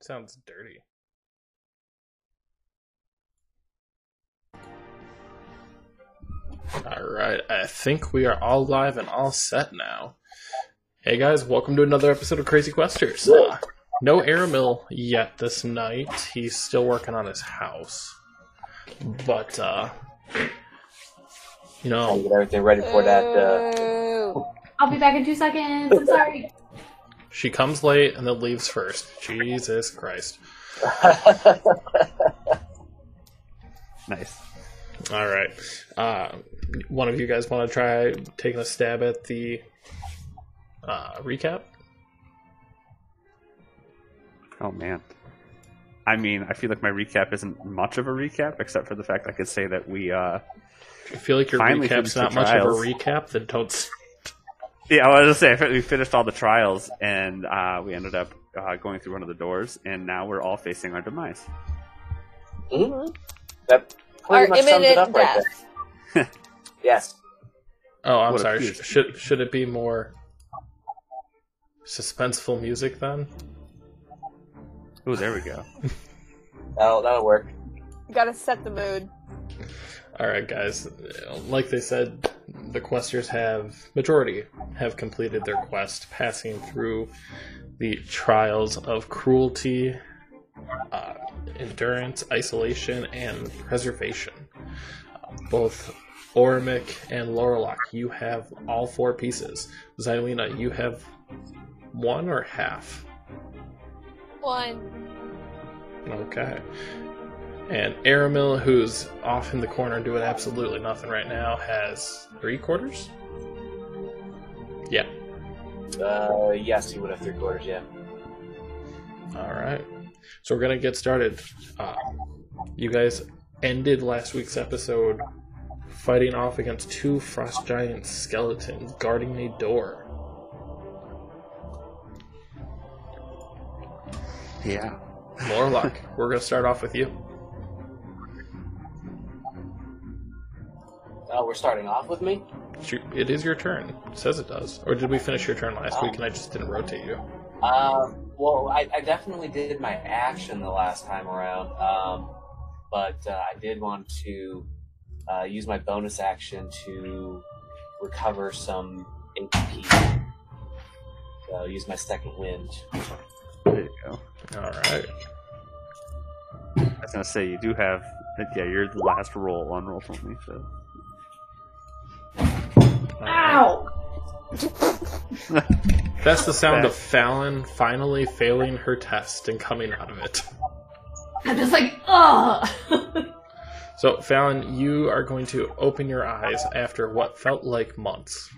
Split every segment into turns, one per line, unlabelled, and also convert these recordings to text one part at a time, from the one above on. Sounds dirty. All right, I think we are all live and all set now. Hey guys, welcome to another episode of Crazy Questers. Uh, no Aramil yet this night. He's still working on his house. But, uh, you
I'll
know,
get everything ready for that. Uh,
I'll be back in two seconds. I'm sorry.
she comes late and then leaves first. Jesus Christ.
Nice.
All right. Uh, one of you guys want to try taking a stab at the uh, recap?
Oh man. I mean, I feel like my recap isn't much of a recap, except for the fact I could say that we. uh
If you feel like your
Finally
recap's
finished
not
the
much of a
trials.
recap, then don't. s-
Yeah, I was gonna say we finished all the trials, and uh, we ended up uh, going through one of the doors, and now we're all facing our demise.
mhm. That pretty
Uh, Our
much sums it up right
imminent death.
there. Yes.
Oh, I'm
What a
sorry.
huge-
Sh- should should it be more suspenseful music then?
Oh, there we go.
That'll, that'll work.
Gotta set the mood.
All right, guys. Like they said, the questers have majority have completed their quest, passing through the trials of cruelty, uh, endurance, isolation, and preservation. Uh, both Ormic and Lorelock, you have all four pieces. Xylena, you have one or half.
One.
Okay. And Aramil, who's off in the corner doing absolutely nothing right now, has three quarters? Yeah.
Uh, yes, you would have three quarters, yeah.
All right. So we're going to get started. Uh, you guys ended last week's episode fighting off against two frost giant skeletons guarding a door.
Yeah.
Lorelock, we're going to start off with you.
Oh, we're starting off with me?
It's your- It is your turn. It says it does. Or did we finish your turn last week and I just didn't rotate you?
Uh, well, I, I definitely did my action the last time around, um, but uh, I did want to uh, use my bonus action to recover some HP. So use my second wind.
There you go.
All right.
I was gonna say you do have. Yeah, you're the last roll on roll for me. So.
All right.
Ow!
That's the sound
That-
of Fallon finally failing her test and coming out of it.
I'm just like, ugh!
So, Fallon, you are going to open your eyes after what felt like months.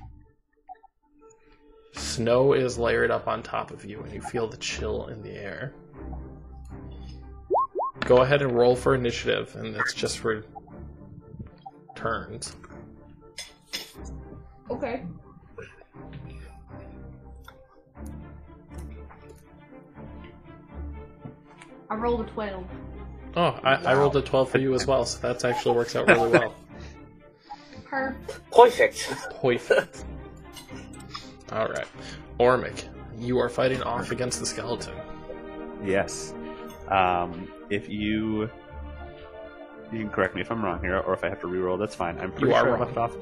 Snow is layered up on top of you, and you feel the chill in the air. Go ahead and roll for initiative, and that's just for turns.
okay. I rolled a 12.
Oh, I, I rolled a 12 for you as well, so that actually works out really well.
Her.
Perfect.
Perfect. All right, Ormic, you are fighting off against the skeleton.
Yes. Um, if you. You can correct me if I'm wrong here, or if I have to reroll, that's fine. I'm pretty
You are
sure I
wrong.
left off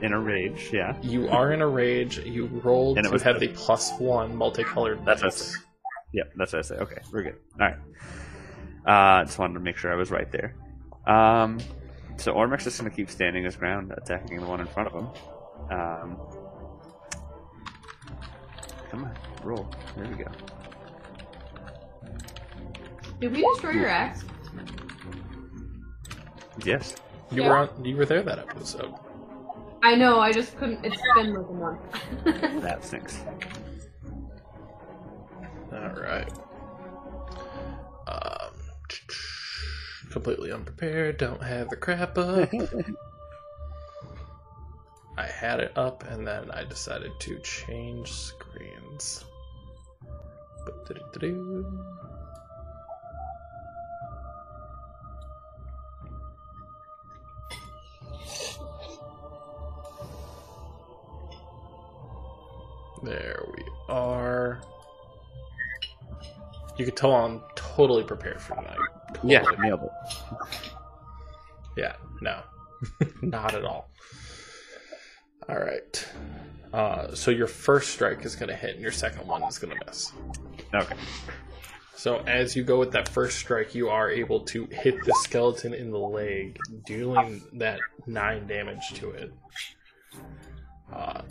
in a rage, yeah.
You are in a rage. You rolled
And it
to
was
have
good.
the plus one multicolored.
That's
dice.
Yep, that's what I say. Okay, we're good. All right. Uh, just wanted to make sure I was right there. Um, so Ormek's just going to keep standing his ground, attacking the one in front of him. Um, come on, roll. There we go.
Did we destroy your axe?
Yes.
You
Yeah.
were on. You were there that episode.
I know, I just couldn't. It's been like a month.
That stinks.
All right. Um, completely unprepared. Don't have the crap up. I had it up and then I decided to change screens. Ba-da-da-da-do. There we are. You could tell I'm totally prepared for tonight. Totally.
Yeah, nailed it.
Yeah, no, not at all. All right. Uh, so your first strike is going to hit, and your second one is going to miss.
Okay.
So as you go with that first strike, you are able to hit the skeleton in the leg, dealing that nine damage to it. Uh,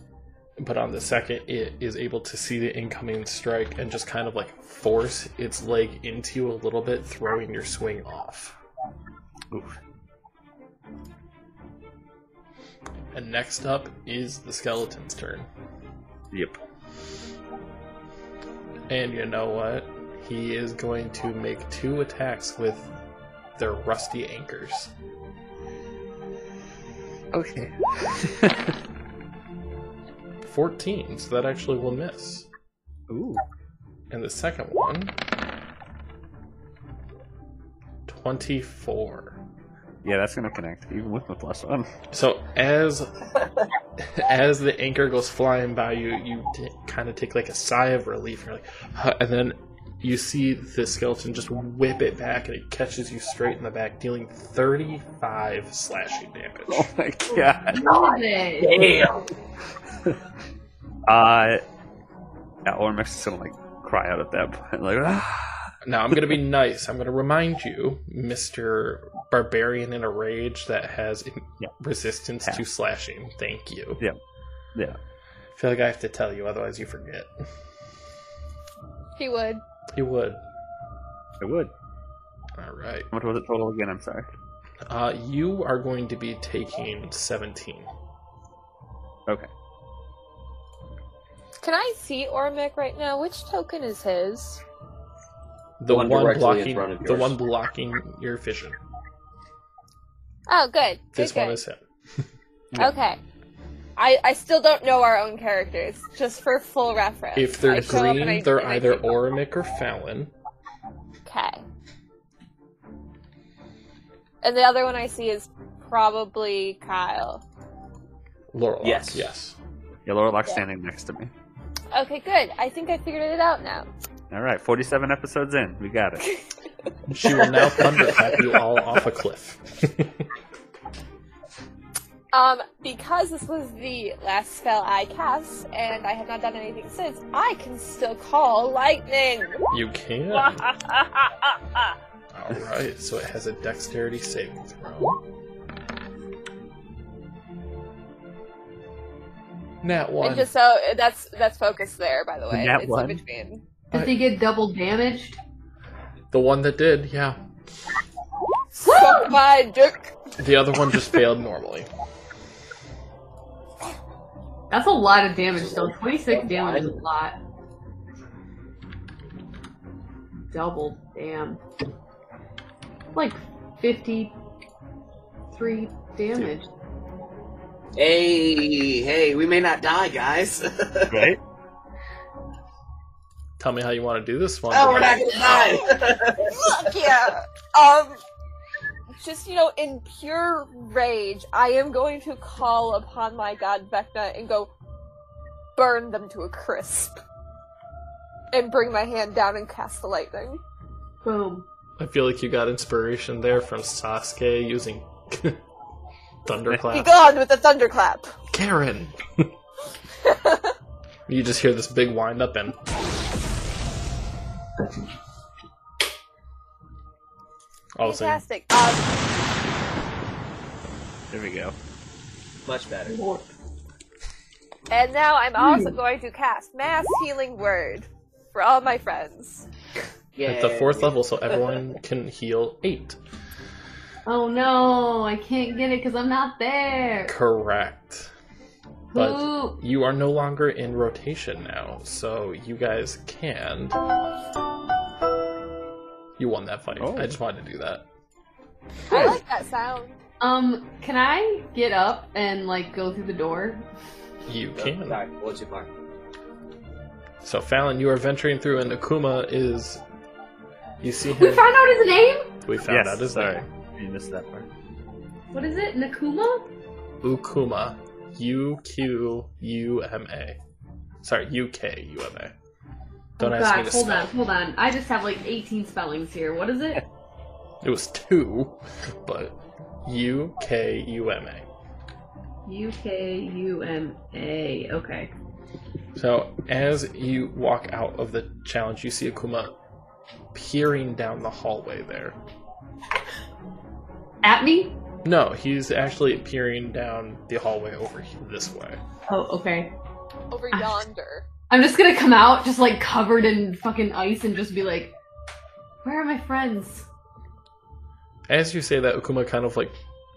but on the second, it is able to see the incoming strike and just kind of like force its leg into you a little bit, throwing your swing off.
Oof.
And next up is the skeleton's turn.
Yep.
And you know what? He is going to make two attacks with their rusty anchors.
Okay.
14, so that actually will miss.
Ooh.
And the second one 24.
Yeah, that's gonna connect even with the plus one.
So as as the anchor goes flying by you, you t- kind of take like a sigh of relief. You're like, "Huh," and then you see the skeleton just whip it back, and it catches you straight in the back, dealing 35 slashing damage.
Oh my god.
Amazing.
Damn.
Uh, yeah, Ormex is gonna like cry out at that point, like ah.
Now I'm gonna be nice. I'm gonna remind you, Mister Barbarian in a Rage, that has in-
Yeah.
resistance
Yeah.
to slashing. Thank you.
Yeah. Yeah.
I feel like I have to tell you, otherwise you forget.
He would.
You would.
It would.
All right.
What was it total again? I'm sorry.
Uh, you are going to be taking 17.
Okay.
Can I see Ormic right now? Which token is his?
The
One
one,
directly in
blocking
front of
the
yours.
one blocking your vision.
Oh, good. Good,
This
good.
one is him.
Okay. I, I still don't know our own characters, just for full reference.
If they're
I show up and I-
green, they're
and I
either
take them.
Orimic or Fallon.
Okay. And the other one I see is probably Kyle.
Laurel.
Yes.
Yes.
Yeah, Lorelock's
Yeah.
standing next to me.
Okay, good. I think I figured it out now.
All right, 47 episodes in. We got it.
She will now thunderclap you all off a cliff.
Um, because this was the last spell I cast, and I have not done anything since, I can still call lightning.
you can. all
That's
right. So it has a dexterity saving throw. Nat one.
just so that's that's focused there, by the way.
Nat
it's
one.
in between.
Does he get double damaged?
The one that did, yeah.
Suck my dick.
The other one just failed normally.
That's a lot of damage, though. 26 damage is a lot. Double, damn. Like 53 damage.
Hey, hey, we may not die, guys. oh,
Right?
Tell me how you want to do this one.
Oh, we're not gonna die.
Fuck yeah. Um, just you know, in pure rage, I am going to call upon my god Vecna and go burn them to a crisp, and bring my hand down and cast the lightning.
Boom.
I feel like you got inspiration there from Sasuke using
Be
thunderclap.
gone with the thunderclap.
Karen. you just hear this big wind up and all of a sudden
Fantastic. Um,
There we go.
Much better.
Lord.
and now I'm
Hmm.
also going to cast Mass Healing Word for all my friends.
at the fourth level, so everyone can heal eight.
Oh no, I can't get it because I'm not there.
Correct. But-
Who?
You are no longer in rotation now, so you guys can. You won that fight.
Oh.
I just wanted to do that.
I like that sound.
Um, can I get up and like go through the door?
You
Okay,
can.
Sorry, what's your mark?
So Fallon, you are venturing through, and Akuma is. You see
We
him.
found out his name.
We found
yes,
out his
sorry.
name.
You missed that part.
What is it? Nakuma?
Ukuma. U Q U M A. Sorry, U K U M A. Don't
oh,
ask me
God,
to
hold
spell.
on, hold on. I just have like 18 spellings here. What is it?
It was two, but U K U M A.
U K U M A. Okay.
So as you walk out of the challenge, you see Akuma peering down the hallway there.
At me?
No, he's actually peering down the hallway over he- this way.
Oh, okay.
Over
Ah.
yonder.
I'm just gonna come out just like covered in fucking ice and just be like, where are my friends?
As you say that, Ukuma kind of like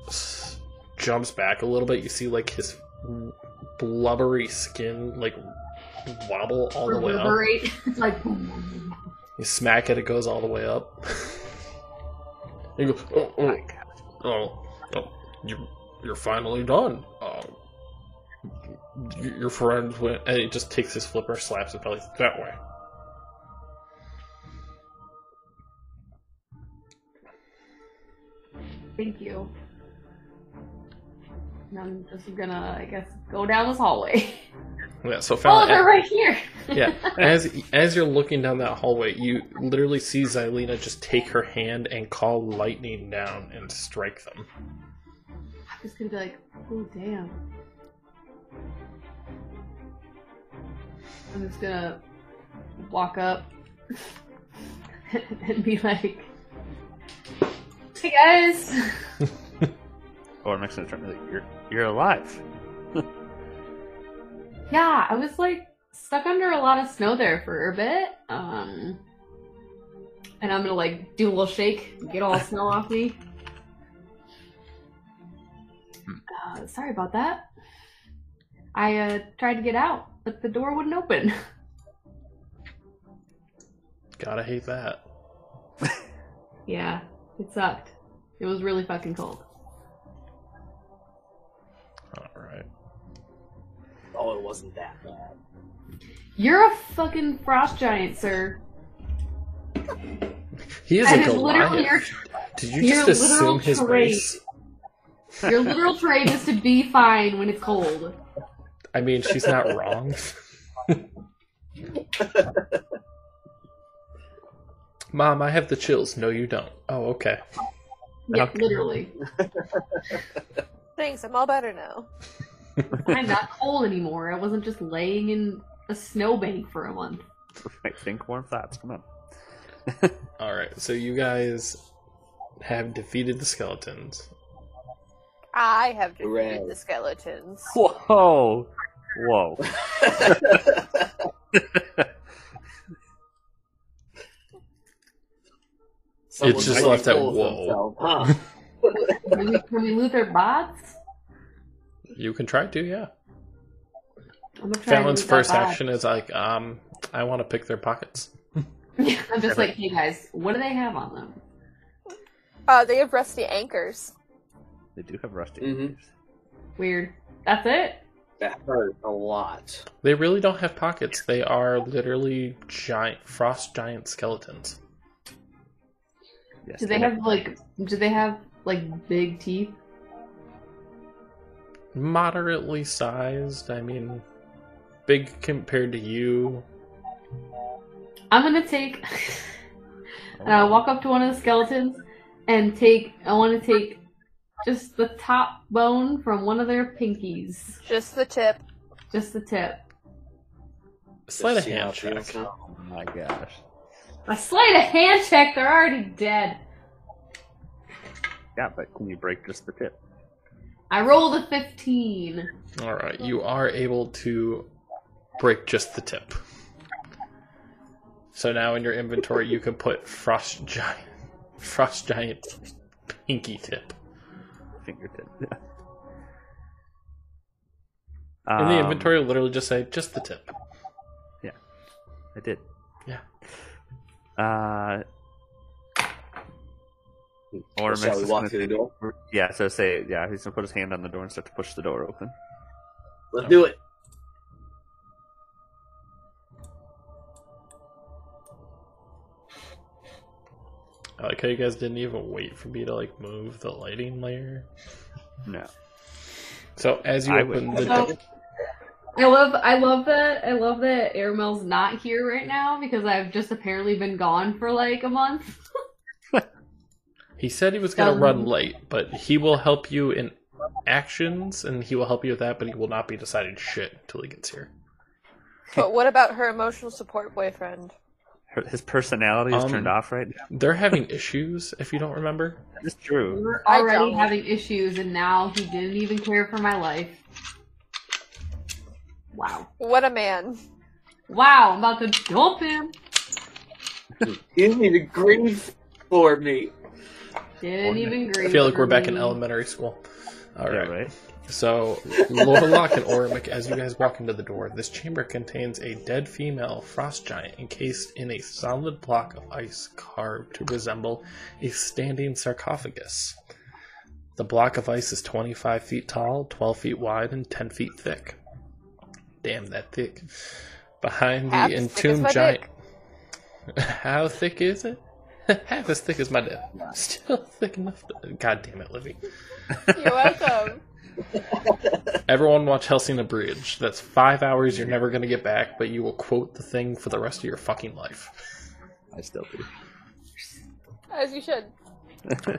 s- jumps back a little bit. You see like his blubbery skin like wobble all the way up.
Reverberate. it's like, boom, boom, boom, boom.
You smack it, it goes all the way up. you go, oh, oh, oh, oh, you, you're finally done. Uh, y- your friends went, and it just takes his flipper, slaps it belly that way.
thank you. And I'm just gonna, I guess, go down this hallway.
Yeah, so finally,
Oh, they're right here.
yeah as as you're looking down that hallway you literally see xylena just take her hand and call lightning down and strike them
I'm just gonna be like, oh damn. I'm just gonna walk up and be like, "Hey guys,
Ormex is Oh, trying to you're you're alive.
yeah, I was like stuck under a lot of snow there for a bit, um, and I'm gonna like do a little shake, get all the snow off me." Uh, sorry about that. I uh, tried to get out, but the door wouldn't open.
gotta hate that
Yeah, it sucked. It was really fucking cold.
all right
Oh, it wasn't that bad.
You're a fucking frost giant, sir.
he is
That
a
is literally your,
goliath did you
your
just assume
literal
his
trait.
race
your literal trade is to be fine when it's cold.
i mean she's not wrong mom i have the chills no you don't oh okay
Yeah,
Okay.
literally.
Thanks, I'm all better now.
I'm not cold anymore. I wasn't just laying in a snowbank for a month.
Right, think warm thoughts. Come on.
all right so you guys have defeated the skeletons
I have defeated
Hooray.
the skeletons.
Whoa. Whoa.
Someone
just
really
left at
kills
whoa.
themselves, huh?
Can we, can we lose our bots?
you can try to yeah
I'm gonna try and
Fallon's
loot our
first
bots.
action is like, um, I want to pick their pockets.
I'm just like, hey guys, what do they have on them?
Uh, they have rusty anchors.
They do have rusty.
Mhm.
ears.
Weird. That's it.
That hurt a lot.
They really don't have pockets. They are literally giant frost giant skeletons.
Yes,
Do they have like? Do they have like big teeth?
Moderately sized. I mean, big compared to you.
I'm gonna take. and I walk up to one of the skeletons and take. I want to take just the top bone from one of their pinkies,
Just the tip.
just the tip.
Sleight of
Just see how
hand
it feels
check.
now.
Oh my gosh.
A sleight of hand check. They're already dead.
Yeah, but can you break just the tip?
I rolled a 15.
All right, you are able to break just the tip. So now in your inventory, you can put frost giant, frost giant, pinky tip
Fingertip.
in
Um,
the inventory. Literally, just say just the tip.
Um, I did.
Yeah.
Uh, or
Shall we
Mrs.
walk
Smith-
through the door?
Yeah, so say yeah, he's gonna put his hand on the door and start to push the door open.
Oh.
Let's do it.
I like how you guys didn't even wait for me to like move the lighting layer.
No.
So as you
I
open
would-
the
So,
door,
I love I love that I love that Airmel's not here right now because I've just apparently been gone for like a month.
He said he was going to run
Um,
late, but he will help you in actions, and he will help you with that, but he will not be deciding shit until he gets here.
But what about her emotional support boyfriend?
Her, his personality is
Um,
turned off right now.
They're having issues, if you don't remember.
That's
We
true.
were
I
already
don't.
having issues, and now he didn't even care for my life. Wow!
What a man.
Wow! I'm about to dump him.
You need to grieve for me.
Didn't
I
even agree.
feel like
for
we're back in
me.
elementary school. All
Yeah,
right.
right.
So, Lorelock and Ormic, as you guys walk into the door, this chamber contains a dead female frost giant encased in a solid block of ice carved to resemble a standing sarcophagus. The block of ice is 25 feet tall, 12 feet wide, and 10 feet thick. Damn, that thick. Behind the
Half as thick as
entombed
my
giant. How thick is it? Half as thick as my dick. Still thick enough. To... God damn it, Livy.
You're welcome.
Everyone watch Helsing Bridge. That's five hours you're never going to get back, but you will quote the thing for the rest of your fucking life.
I still do.
As you should.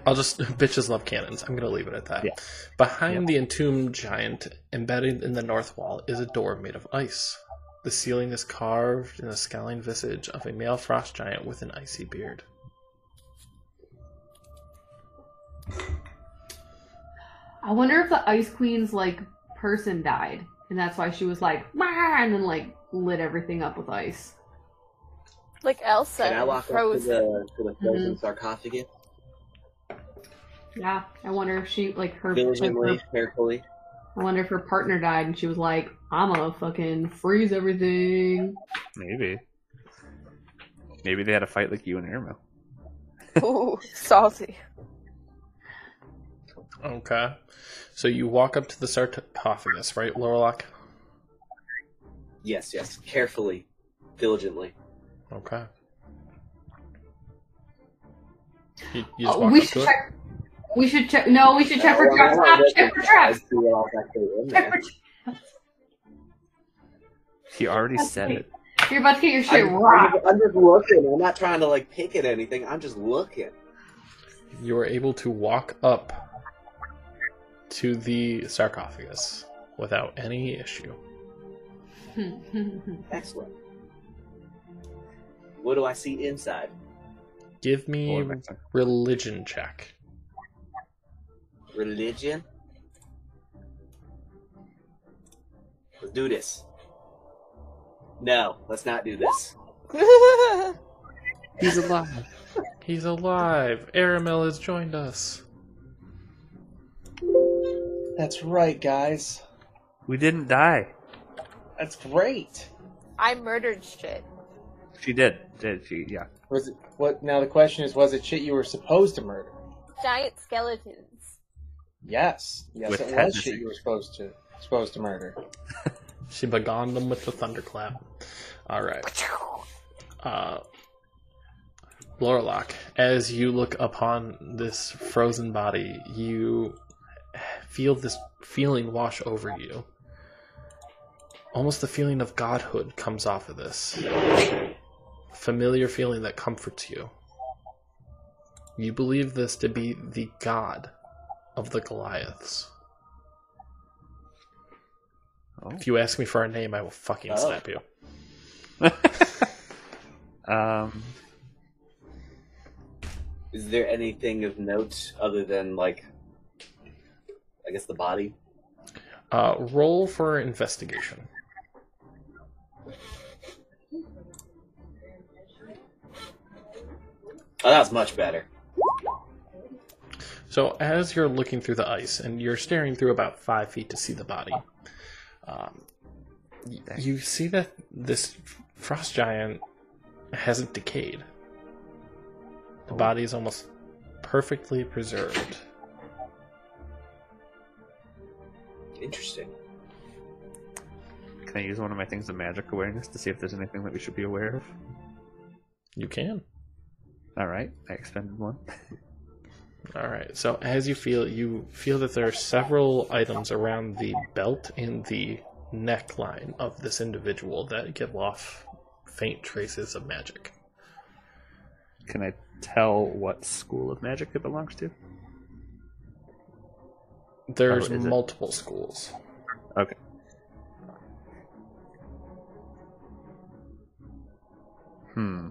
I'll just. Bitches love cannons. I'm going to leave it at that.
Yeah.
Behind the entombed giant, embedded in the north wall, is a door made of ice. The ceiling is carved in the scowling visage of a male frost giant with an icy beard.
I wonder if the Ice Queen's like person died, and that's why she was like, "Wah," and then like lit everything up with ice.
Like Elsa.
Can I walk up to
frozen.
the, to the frozen sarcophagus?
Yeah, I wonder if she like her. like, her
Diligently, carefully.
I wonder if her partner died, and she was like, "I'ma fucking freeze everything."
Maybe. Maybe they had a fight like you and Irma.
Ooh, salty.
Okay. So you walk up to the sarcophagus, right, Lorelock?
Yes, yes. Carefully. Diligently.
Okay. You, you just
Oh,
walk
we
up to
should
it?
check. We should check. No, we should check for
Well,
traps.
Oh, I
Stop,
don't
Check for
recognize
traps.
who all's actually in
Check
there.
for traps.
He already said it.
You're about to get your shit
I'm,
rocked.
I'm just looking. I'm not trying to like pick at anything. I'm just looking.
you are able to walk up to the sarcophagus without any issue.
Hmm,
Excellent. What do I see inside?
Give me
Or next time.
religion check.
Religion. Let's do this. No, let's not do this.
He's alive. He's alive. Aramel has joined us.
That's right, guys.
We didn't die.
That's great.
I murdered shit.
She did. Did she? Yeah.
Was it what? Now the question is, was it shit you were supposed to murder?
Giant skeletons.
Yes, yes,
With
it was
tetanus.
shit you were supposed to supposed to murder.
She beguiled them with the thunderclap. All right. uh, Lorelock, as you look upon this frozen body, you feel this feeling wash over you. Almost the feeling of godhood comes off of this. Familiar feeling that comforts you. You believe this to be the god of the Goliaths.
Oh.
If you ask me for a name, I will fucking
Oh.
slap you.
Um.
Is there anything of note other than like, I guess the body?
Uh, roll for investigation.
Oh, that's much better.
So as you're looking through the ice, and you're staring through about five feet to see the body, um, y-
Thanks.
you see that this f- frost giant hasn't decayed. The body is almost perfectly preserved.
Interesting.
Can I use one of my things of magic awareness to see if there's anything that we should be aware of?
You can.
All right, I expended one.
All right. So as you feel, you feel that there are several items around the belt and the neckline of this individual that give off faint traces of magic.
Can I tell what school of magic it belongs to?
There's
Oh, is it?
multiple schools.
Okay. Hmm.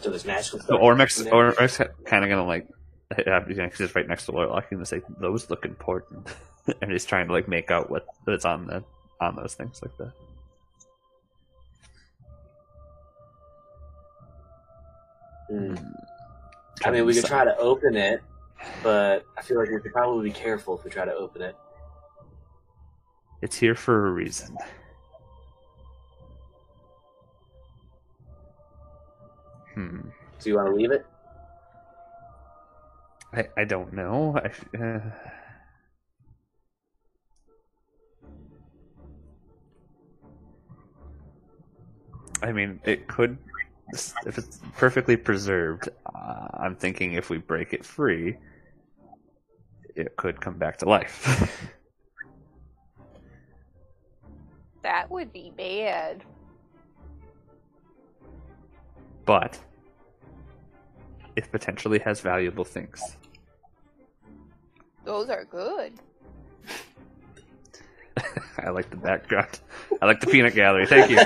So there's magical
So
stuff.
Ormex,
in there.
Ormex kind of gonna like, because it's right next to Loyal. I'm gonna say those look important, and he's trying to like make out what that's on the on those things like that.
Hmm. I mean, we could try to open it, but I feel like we could probably be careful if we try to open it.
It's here for a reason. Hmm.
So you want to leave it?
I, I don't know. I, uh... I mean, it could. If it's perfectly preserved, uh, I'm thinking if we break it free, it could come back to life.
That would be bad.
but it potentially has valuable things.
Those are good.
I like the background. I like the peanut gallery. Thank you.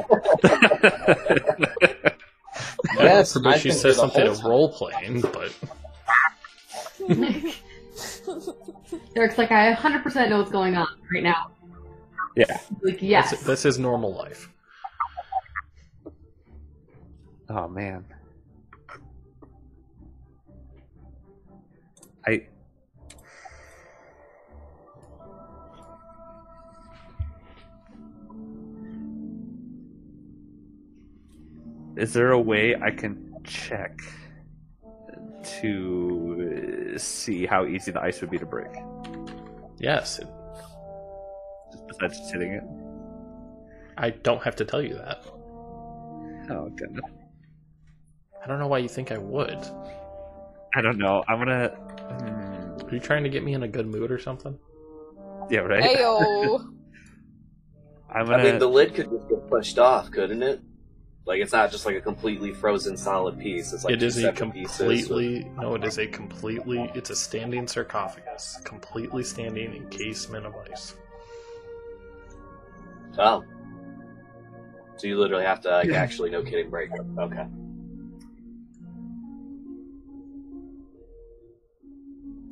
Yes,
I
I've
she
been
says
through the
something
whole
of role playing, but
hmm. Derek's like, I 100% know what's going on right now.
Yeah.
Like, yes.
that's, that's his normal life.
Oh man. I Is there a way I can check to uh, see how easy the ice would be to break?
Yes,
Besides just hitting it.
I don't have to tell you that.
Oh god.
I don't know why you think I would.
I don't know. I'm gonna. Hmm.
Are you trying to get me in a good mood or something?
Yeah, right.
Ayo.
I'm
I
gonna.
mean, the lid could just get pushed off, couldn't it? Like it's not just like a completely frozen solid piece. It's like
it
two
is a
separate pieces with-
completely no, it is a completely it's a standing sarcophagus, completely standing encasement of ice.
Oh. So you literally have to like actually no kidding break it. Okay.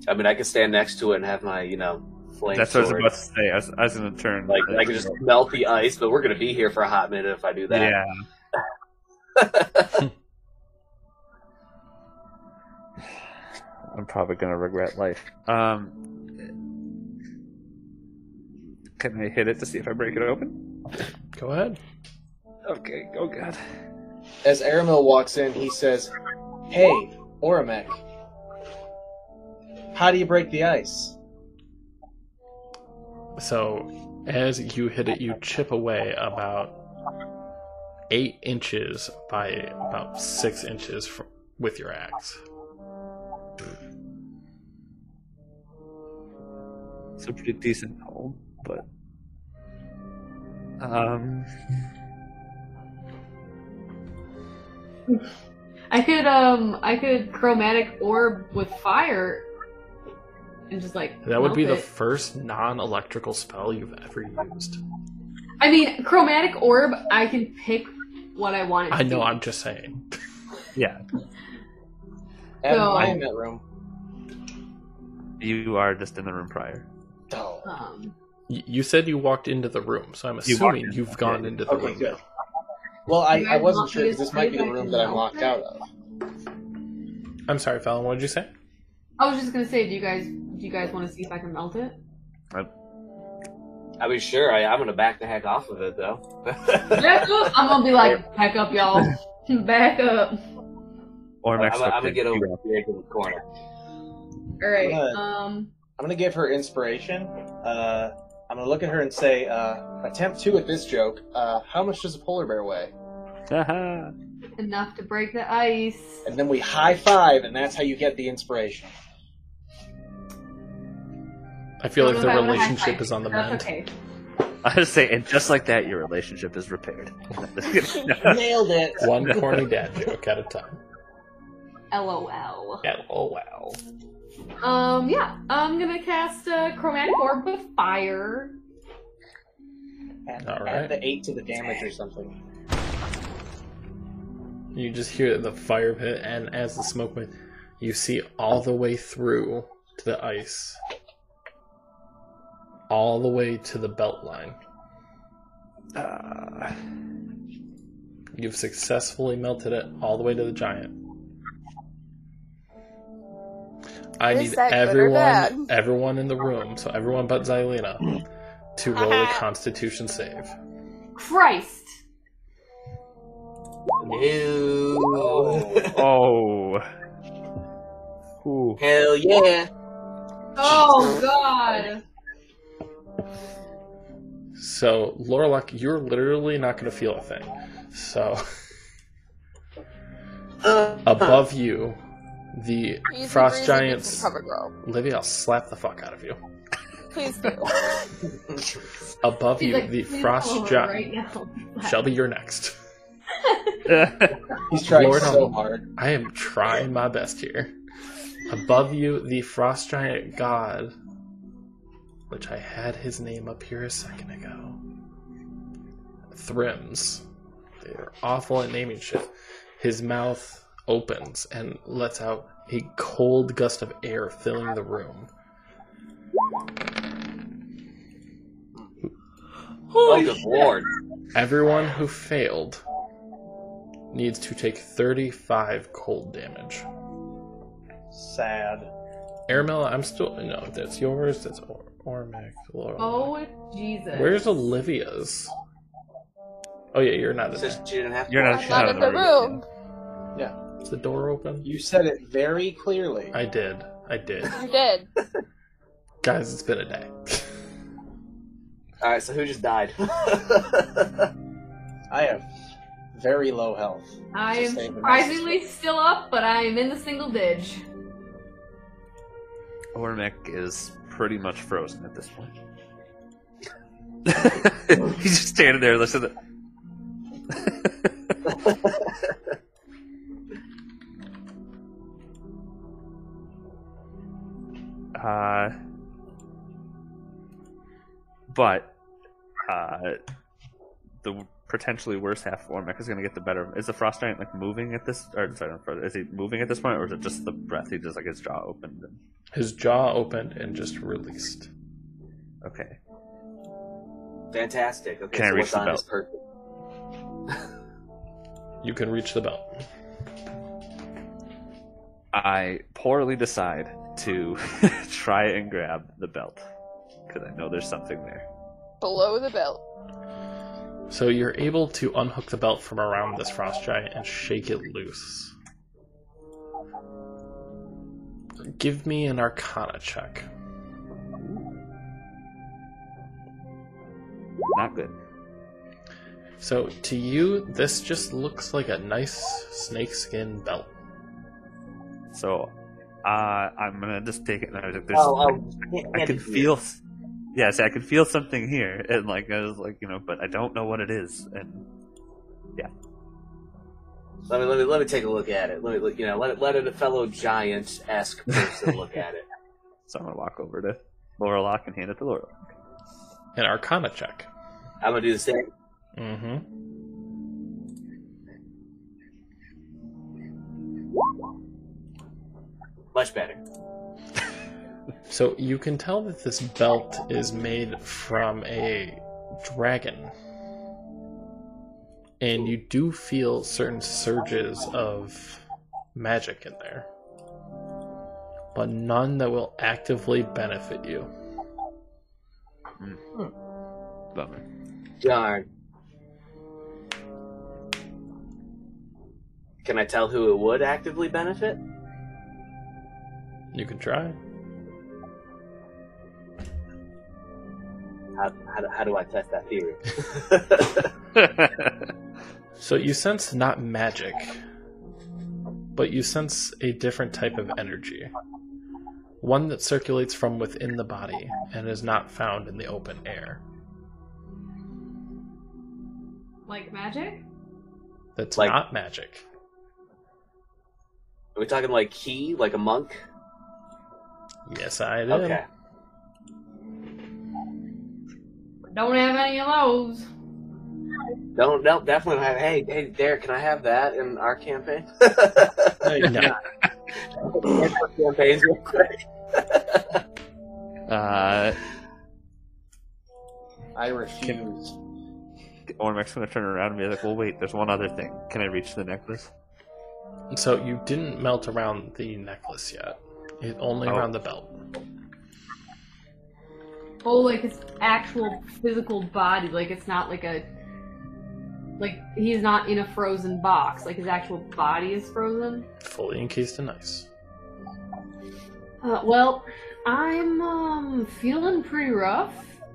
I mean, I could stand next to it and have my, you know, flame
That's what I was
sword.
about to say. I was, I was gonna turn.
Like, I could just melt the ice, but we're gonna be here for a hot minute if I do that.
Yeah. I'm probably gonna regret life. Um, can I hit it to see if I break it open?
Go ahead.
Okay. Oh god.
As Aramil walks in, he says, Hey, Oramek, how do you break the ice?
So as you hit it you chip away about eight inches by about six inches fr with your axe.
It's a pretty decent hole, but um,
I could, um, I could chromatic orb with fire and just like.
That would
melt
be the
it.
first non electrical spell you've ever used.
I mean, chromatic orb, I can pick what I want it to
I know,
be.
I'm just saying.
yeah,
Adam,
No.
I am that room.
you are just in the room prior.
Oh.
Um,
Y- You said you walked into the room, so I'm
You walked
assuming
in.
you've gone into the
Okay,
room.
good.
now.
Well, I,
You
I
guys
wasn't
want
sure
me
because
to
this might be
say
the
that
room that I'm
now?
locked out of.
I'm sorry, Fallon, what did you say?
I was just gonna say, do you guys, do you guys want to see if I can melt it?
I mean, sure, I, I'm gonna back the heck off of it though.
Back up! I'm gonna be like, back up, y'all. Back up.
Or
I'm,
Max,
gonna- I'm gonna
okay,
get
you
over
are.
here to the corner.
All right.
Good.
Um.
I'm gonna give her inspiration. Uh, I'm gonna look at her and say, uh, attempt two at this joke. Uh, how much does a polar bear weigh?
Haha.
Enough to break the ice.
And then we high five, and that's how you get the inspiration.
I feel
Don't
like
know
the
if I wanna
relationship
high-five
is on the
you, but
mend.
That's okay.
I was saying, and just like that, your relationship is repaired.
Nailed it.
One corny dad joke at a time.
LOL.
Yeah, oh wow.
Um, yeah, I'm gonna cast a chromatic orb of fire.
Add,
All
add
right.
the eight to the damage or something.
You just hear the fire pit, and as the smoke went, you see all the way through to the ice, all the way to the belt line.
Uh,
You've successfully melted it all the way to the giant. I
Is
need
that good or bad?
everyone, everyone in the room, so everyone but Xylena, to roll a Constitution save.
Christ!
No.
oh. Ooh.
Hell yeah.
Oh god!
So, Lorelock, you're literally not going to feel a thing. So,
Oh,
above you, the
Use
frost
Breezy
giants.
Cover girl.
Libby, I'll slap the fuck out of you.
Please do.
Above
He's
you,
like,
the
"Please come
frost
over
giant.
Right now.
Shelby, you're next.
He's trying
Lord
so
on-
hard.
I am trying my best here. Above you, the frost giant god, which I had his name up here a second ago. Thrims. They're awful at naming shit. His mouth opens and lets out a cold gust of air filling the room.
Oh, good lord.
Everyone who failed needs to take 35 cold damage.
Sad.
Aramella, I'm still no. That's yours. That's or- Ormac. Laurel.
Oh Jesus.
where's Olivia's? Oh yeah, you're not in
Says
there.
she didn't have to.
You're not,
I'm
you're
not
not
in the room.
Is the door open?
You said it very clearly.
I did. I did.
You did.
Guys, it's been a day.
Alright, so who just died?
I have very low health.
I am
Just saying.
surprisingly still up, but I am in the single dig.
Ormic is pretty much frozen at this point. He's just standing there listening. To... uh, but uh, the potentially worse half of Ormic is going to get the better. Is the frost giant like moving at this? Or sorry, not frost- is he moving at this point, or is it just the breath? He just like his jaw opened. And...
His jaw opened and just released.
Okay.
Fantastic. Okay,
Can I
so
reach
what's
the
on
belt?
is perfect.
You can reach the belt.
I poorly decide to try and grab the belt because I know there's something there.
Below the belt.
So you're able to unhook the belt from around this frost giant and shake it loose. Give me an Arcana check.
Not good.
So to you, this just looks like a nice snakeskin belt.
So uh, I'm gonna just take it. And I was like, there's,
Oh, oh,
I
hand
can
it to me.
feel. s- Yeah, see, I can feel something here, and like I was like, you know, but I don't know what it is. And
Let me, let me let me take a look at it. Let me let- you know let it, let it a fellow giant esque person look at it.
so I'm gonna walk over to Lorelock and hand it to Lorelock.
An Arcana check.
I'm gonna do the same.
Mm-hmm.
Much better.
So you can tell that this belt is made from a dragon. And you do feel certain surges of magic in there. But none that will actively benefit you.
Bummer.
Darn. Can I tell who it would actively benefit?
You can try.
How, how, do- how do I test that theory?
So you sense not magic, but you sense a different type of energy. one that circulates from within the body and is not found in the open air.
Like magic?
That's
Like-
not magic.
Are we talking like he, like a monk?
Yes, I did.
Okay.
Don't have any of those.
Don't, don't, definitely not. Hey, hey, there, can I have that in our campaign?
No.
Campaigns real quick.
Uh,
I refuse.
Ormec's gonna turn around and be like, "Well, wait. There's one other thing. Can I reach the necklace?"
So you didn't melt around the necklace yet. It only
Oh.
around the belt.
Oh, like his actual physical body. Like it's not like a. Like he's not in a frozen box. Like his actual body is frozen.
Fully encased in ice.
Uh, well, I'm um, feeling pretty rough.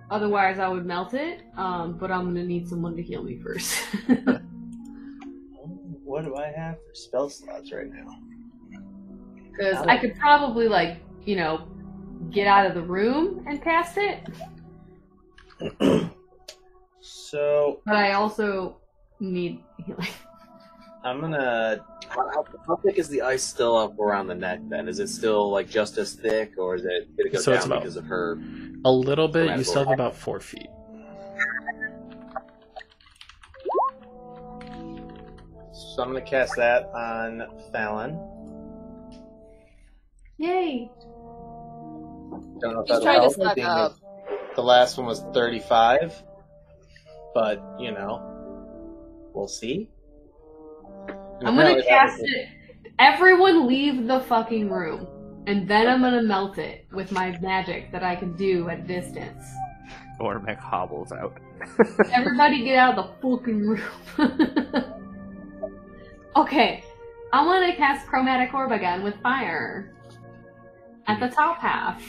Otherwise, I would melt it. Um, but I'm gonna need someone to heal me first.
What do I have for spell slots right now?
Because I could probably, like, you know, get out of the room and cast it.
So
But I also need healing.
I'm gonna.
How, how- how thick is the ice still up around the neck then? Is it still like just as thick or is it going to go
So it's
down
about-
because of her?
A little bit. You still have about four feet.
So I'm gonna cast that on Fallon.
Yay!
Don't know if
He's
that'll
trying to
help,
suck
being
up.
that The last one was 35, but you know, we'll see. And
I'm gonna
apparently that
cast
was-
it. Everyone leave the fucking room. And then I'm gonna melt it with my magic that I can do at distance.
Ormec hobbles out.
Everybody get out of the fucking room. okay, I'm gonna cast Chromatic Orb again with fire. At the top half.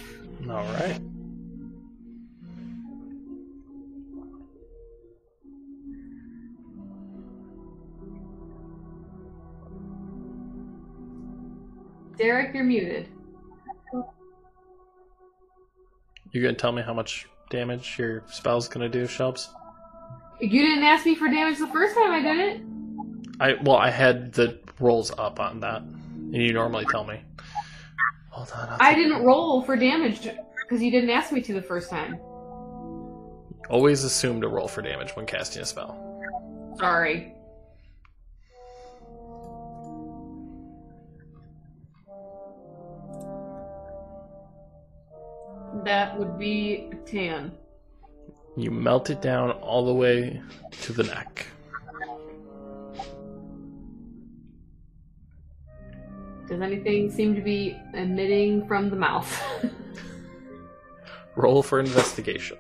All right.
Derek, you're muted.
You gonna tell me how much damage your spell's gonna do, Shelps?
You didn't ask me for damage the first time I did it.
I well, I had the rolls up on that, and you normally tell me. Hold on. I'll
I
take-
didn't roll for damage because you didn't ask me to the first time.
Always assume to roll for damage when casting a spell.
Sorry. That would be a tan.
You melt it down all the way to the neck.
Does anything seem to be emitting from the mouth?
Roll for investigation.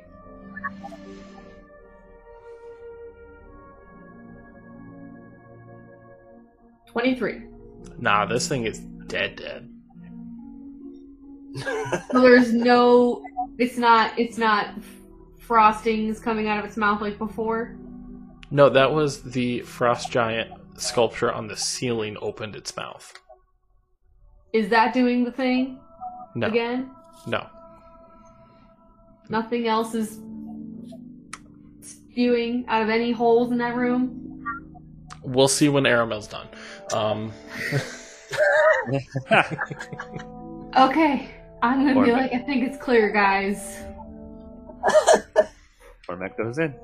Twenty-three.
Nah, this thing is dead, dead.
So there's no. It's not. It's not frostings coming out of its mouth like before.
No, that was the frost giant sculpture on the ceiling opened its mouth.
Is that doing the thing
No,
again?
no,
Nothing else is spewing out of any holes in that room.
We'll see when Aramel's done. Um,
Okay, I'm gonna be
Or-
like, I think it's clear, guys.
Ormec goes in.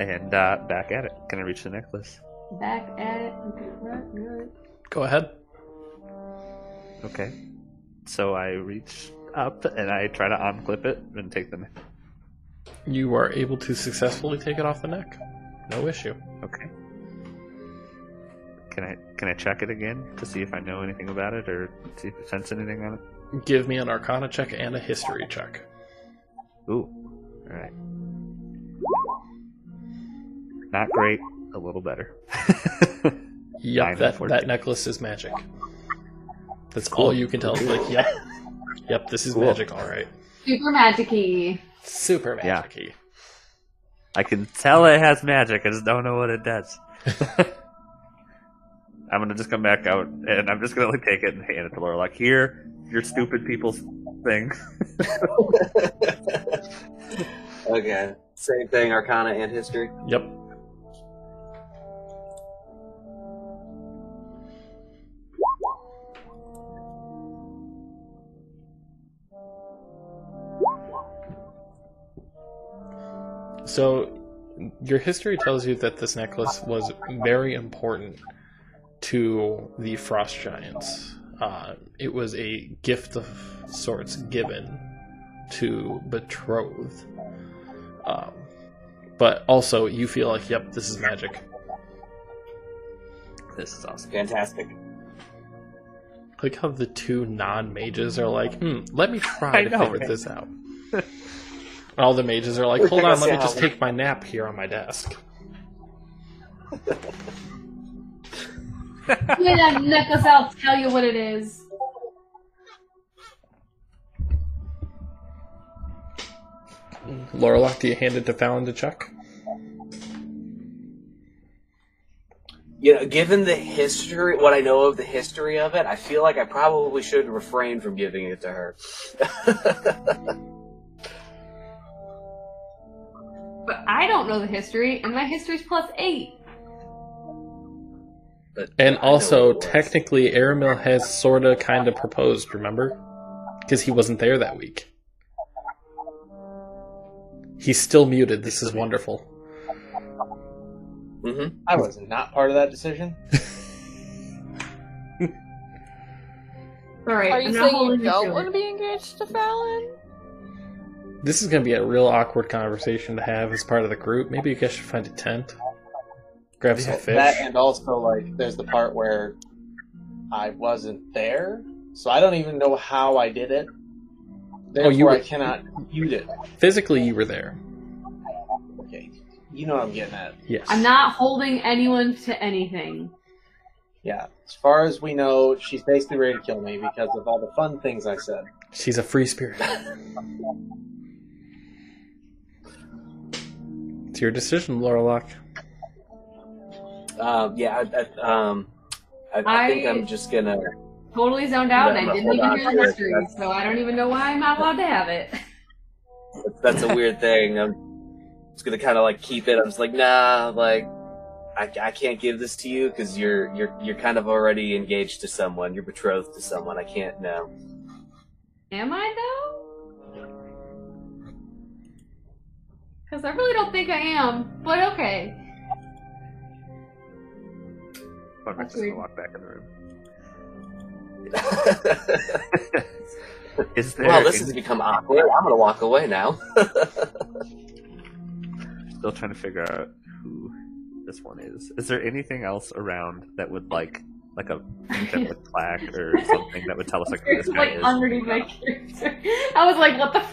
And uh, back at it. Can I reach the necklace?
Back at it. Okay, right, right.
go ahead.
Okay. So I reach up and I try to unclip it and take the necklace.
You are able to successfully take it off the neck. No issue.
Okay. Can I can I check it again to see if I know anything about it or see if I sense anything on it?
Give me an Arcana check and a History check.
Ooh. All right. Not great. A little better. Nine
Yep,
and
that,
fourteen.
that necklace is magic. That's all you can tell. Like, yep, yep, this is
Cool.
magic. All right,
Super magicy.
super
Yeah.
magicy.
I can tell it has magic. I just don't know what it does. I'm gonna just come back out and I'm just gonna like take it and hand it to Laura. Like here, your stupid people's thing.
Okay. Same thing, Arcana and History.
Yep. So, your history tells you that this necklace was very important to the frost giants. Uh, it was a gift of sorts given to betroth. Um, but also, you feel like, yep, this is magic.
This is awesome.
Fantastic.
Like how the two non mages are like, hmm, let me
I
try to
know,
figure
right?
this out. And all the mages are like, hold on, let me just take my nap here on my desk.
Give me that necklace, I'll tell you what it is.
Lorelock, do you hand it to Fallon to check?
You know, given the history, what I know of the history of it, I feel like I probably should refrain from giving it to her.
But I don't know the history, and my history's plus eight.
But
And
I know
also,
it was.
technically, Aramil has sorta kinda proposed, remember? Because he wasn't there that week. He's still muted. This is wonderful.
Mhm.
I was not part of that decision.
Alright,
Are
I'm
you saying
not
you
holding you
don't
to
want to
it.
be engaged to Fallon?
This is going to be a real awkward conversation to have as part of the group. Maybe you guys should find a tent, grab some fish.
That and also like there's the part where I wasn't there, so I don't even know how I did it.
Oh,
Therefore,
you were-
I cannot mute it.
Physically, you were there.
Okay, you know what I'm getting at.
Yes.
I'm not holding anyone to anything.
Yeah, as far as we know, she's basically ready to kill me because of all the fun things I said.
She's a free spirit. it's your decision, Lorelock.
Um, yeah, I, I, um, I, I,
I-
think I'm just gonna.
Totally zoned out,
No,
and
no,
I didn't
hold
even
on.
hear the history, so I don't even know why I'm not allowed to have it.
That's a weird thing. I'm just gonna kind of like keep it. I'm just like, nah, like. I, I can't give this to you because you're you're you're kind of already engaged to someone. You're betrothed to someone. I can't know.
Am I though? Because I really don't think I am, but okay.
I'm just gonna walk back in the room. Is there?
Well, this has become awkward. I'm gonna walk away now.
still trying to figure out who this one is. Is there anything else around that would like like a that would plaque or something that would tell us like who
It's
this guy
like
is?
underneath my character. I was like, what the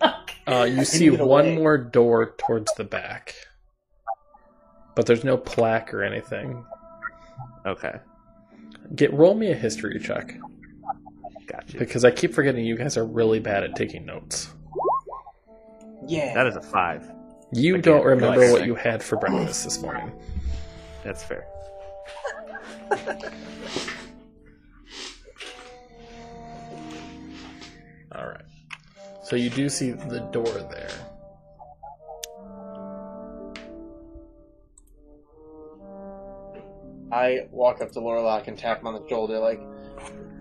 fuck?
Uh, you
I
see
can get
one
away.
more door towards the back, but there's no plaque or anything.
Okay,
Get roll me a history check
gotcha.
because I keep forgetting you guys are really bad at taking notes.
Yeah,
That is a five.
You
I
don't
can't do
remember what
anything.
you had for breakfast this morning.
That's fair.
All right. So you do see the door there.
I walk up to Lorelock and tap him on the shoulder, like,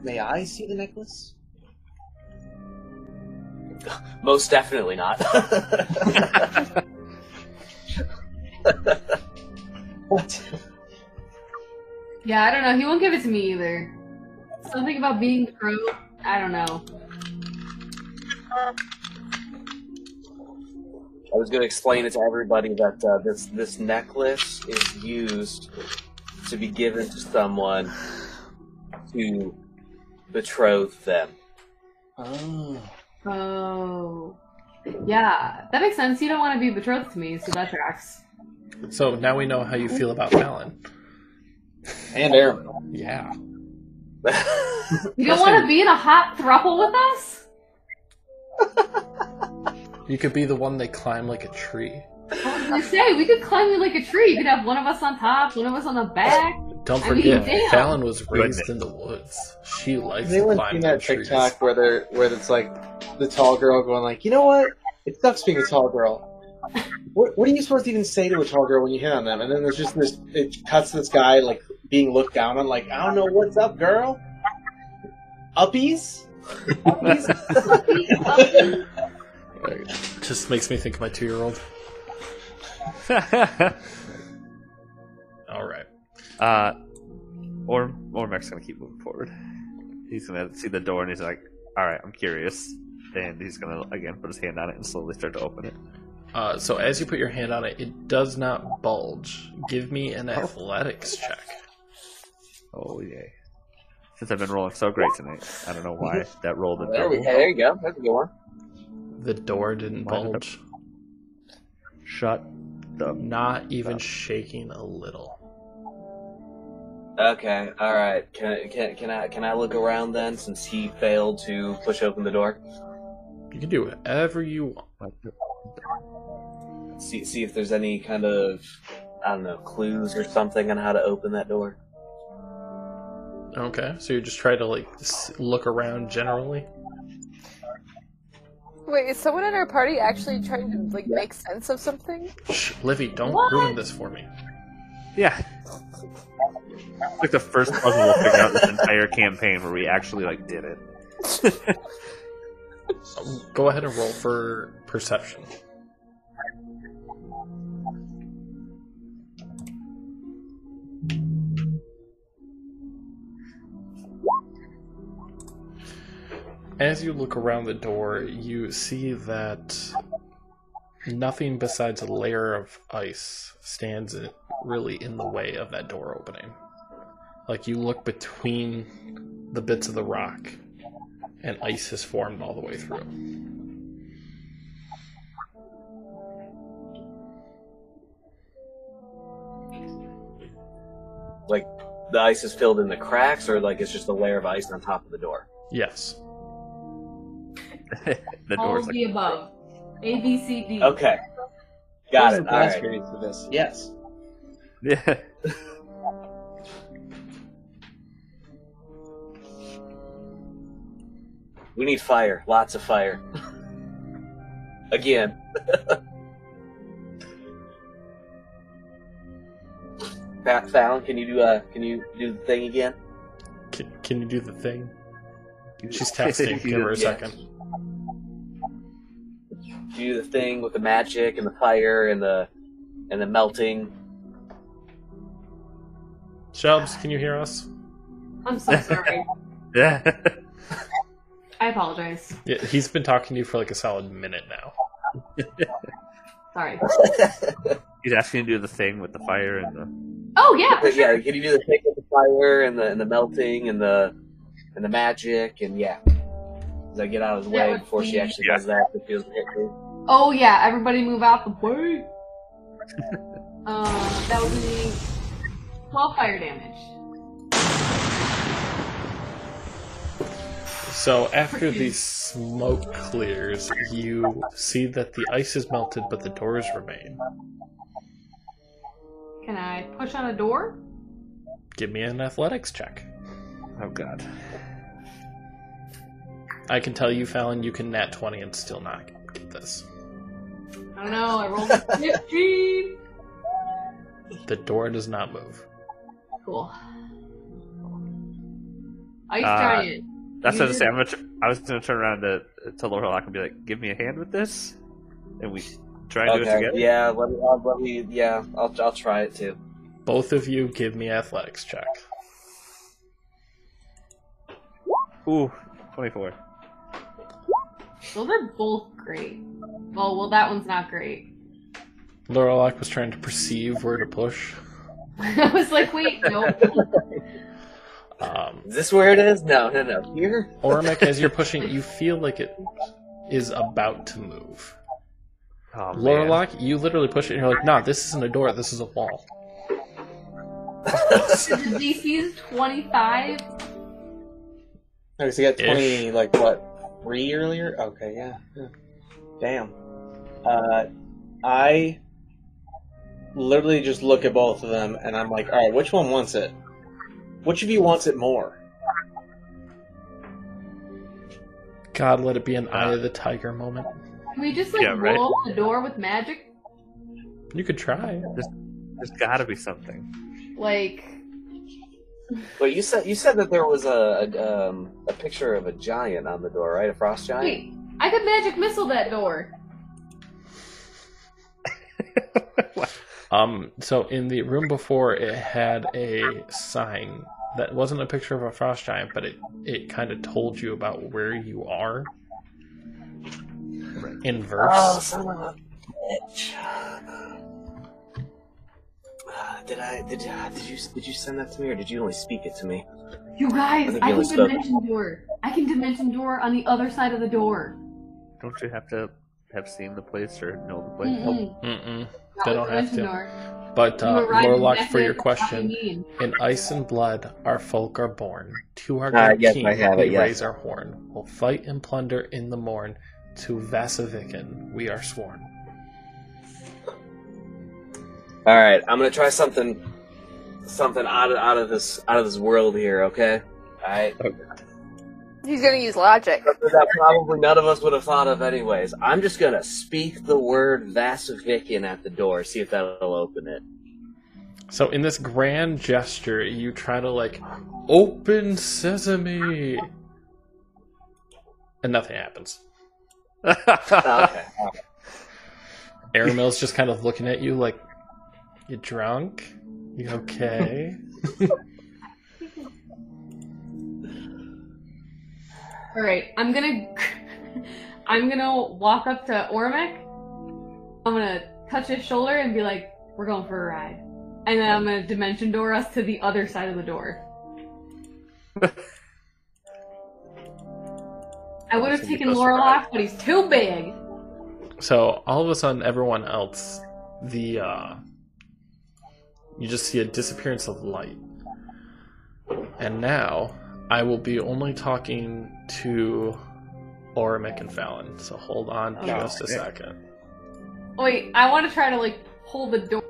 "May I see the necklace?"
Most definitely not.
What?
Yeah, I don't know. He won't give it to me either. Something about being pro. I don't know.
I was going to explain it to everybody that uh, this this necklace is used to be given to someone to betroth them.
Oh.
Oh. Yeah, that makes sense. You don't want to be betrothed to me, so that tracks.
So now we know how you feel about Fallon.
And Aaron.
Yeah.
You don't want to be in a hot throuple with us?
You could be the one they climb like a tree.
What was I gonna say? We could climb you like a tree. You could have one of us on top, one of us on the back.
Don't
I mean,
forget,
damn.
Fallon was raised
Goodness.
in the woods. She likes
Has
to
anyone
climb
seen
the
that
trees.
TikTok where they're where it's like the tall girl going like, you know what? It sucks being a tall girl. What, what are you supposed to even say to a tall girl when you hit on them? And then there's just this. It cuts this guy like being looked down on, like I don't know what's up, girl. Uppies. Uppies?
Just makes me think of my two-year-old. All right.
uh, or Ormec's gonna keep moving forward. He's gonna see the door and he's like, "All right, I'm curious," and he's gonna again put his hand on it and slowly start to open it.
Uh, so as you put your hand on it, it does not bulge. Give me
Oh.
an athletics check.
Oh yay! Since I've been rolling so great tonight, I don't know why that rolled a
There we
double.
go. There you go. That's a good one.
The door didn't
Why did it-
bulge,
Shut the.
not even shaking a little.
Okay. All right. Can can can I can I look around then since he failed to push open the door?
You can do whatever you want.
See see if there's any kind of I don't know clues or something on how to open that door.
Okay, so you just try to like s- look around generally.
Wait, is someone in our party actually trying to like make sense of something?
Shh, Livy, don't
What?
ruin this for me.
Yeah. It's like the first puzzle we'll figure out this entire campaign where we actually like did it.
Go ahead and roll for perception. As you look around the door, you see that nothing besides a layer of ice stands in- really in the way of that door opening. Like you look between the bits of the rock, and ice has formed all the way through.
The ice is filled in the cracks, or like it's just a layer of ice on top of the door.
Yes.
The
All
door's
of
like
the above. A, B, C, D.
Okay. Got
There's
it.
a
All
blast
right.
radius to this. Yes.
Yeah.
We need fire. Lots of fire. Again. Fa- Fallon, can you do uh can you do the thing again?
Can, can you do the thing? She's texting. Give her a
Yeah.
second.
Do the thing with the magic and the fire and the and the melting.
Shelbs, can you hear us?
I'm so sorry.
Yeah.
I apologize.
Yeah, he's been talking to you for like a solid minute now.
Sorry.
He's asking you to do the thing with the fire and the.
Oh yeah, for
But yeah,
sure.
can you do the thing with the fire and the and the melting and the and the magic and yeah. Does I get out of his
That
way
would
before she
be-
actually
Yeah.
does that? It feels like-
Oh yeah, everybody move out the way. uh, that would be twelve fire damage.
So after the smoke clears, you see that the ice is melted, but the doors remain.
Can I push on a door?
Give me an athletics check.
Oh god.
I can tell you, Fallon, you can nat 20 and still not get this.
I don't know. I rolled a fifteen.
The door does not move.
Cool. Ice
Uh,
giant.
That's what I
You
was saying. I'm gonna tr- I was going to turn around to to Lorelock and be like, "Give me a hand with this," and we try and do it
Okay.
together.
Yeah, let me, I'll- let me yeah, I'll I'll try it too.
Both of you give me athletics check.
Ooh, 24.
Well, they're both great. Well, well, that one's not great.
Lorelock was trying to perceive where to push.
I was like, wait, no.
Um,
Is this where it is? No, no, no. Here?
Ormic, as you're pushing, it, you feel like it is about to move.
Oh, man.
Lorelock, you literally push it and you're like, nah, this isn't a door, this is a wall.
The DC is twenty-five.
Okay, so you got
Ish.
twenty, like what, three earlier? Okay, yeah. yeah. Damn. Uh, I literally just look at both of them, and I'm like, all right, which one wants it? Which of you wants it more?
God, let it be an eye of the tiger moment.
Can we just like
Yeah, right.
roll up the door with magic?
You could try.
There's gotta be something.
Like,
But you said you said that there was a a, um, a picture of a giant on the door, right? A frost giant.
wait, I could magic missile that door.
Um, so in the room before, it had a sign that wasn't a picture of a frost giant, but it it kind of told you about where you are. In verse.
Oh, son of a bitch! Uh, did I did uh, did you did you send that to me or did you only speak it to me?
You guys,
think
I
it
can
was stuck.
dimension door. I can dimension door on the other side of the door.
Don't you have to have seen the place or know the place?
Mm-mm,
Mm-mm.
not
They
with
don't have
dimension
to.
door.
But
You
uh,
arrive
Morlock,
exactly
for your
at the spot you
question.
need.
In ice and blood, our folk are born. To our
Ah,
great
yes,
king,
I have
we
it, yes.
raise our horn. We'll fight and plunder in the morn. To Vasavikin, we are sworn.
All right, I'm gonna try something something out of out of this out of this world here. Okay. All right.
He's gonna use logic.
Something That probably none of us would have thought of, anyways. I'm just gonna speak the word Vasavikian at the door, see if that'll open it.
So, in this grand gesture, you try to like open sesame, and nothing happens.
Oh, okay. All right.
Aramil's just kind of looking at you like, "You drunk? You okay?"
All right, I'm gonna, I'm gonna walk up to Ormec. I'm gonna touch his shoulder and be like, "We're going for a ride," and then I'm gonna dimension door us to the other side of the door. I would have
Awesome,
taken
because we're
Lorelock, but he's too big.
So all of a sudden, everyone else, the uh, you just see a disappearance of light, and now I will be only talking to Orimic and Fallon. So hold on
Oh,
just a
okay.
second.
Wait, I want to try to like pull the door.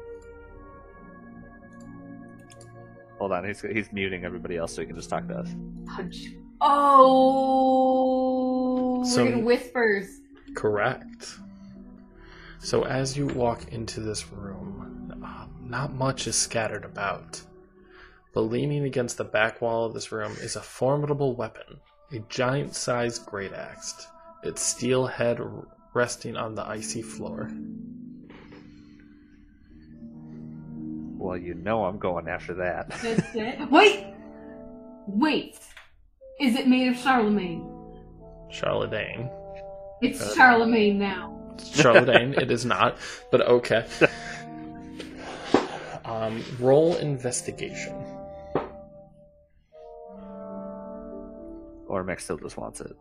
Hold on, he's he's muting everybody else so he can just talk to us.
Oh,
So-
we're gonna whispers.
Correct. So as you walk into this room, uh, not much is scattered about, but leaning against the back wall of this room is a formidable weapon, a giant-sized great axe, its steel head r- resting on the icy floor.
Well, you know I'm going after that.
That's it. Wait! Wait! Is it made of Charlemagne?
Charlemagne.
It's
Uh,
Charlemagne now.
Charlemagne, it is not, but okay. Um, roll investigation.
or Max still just wants it.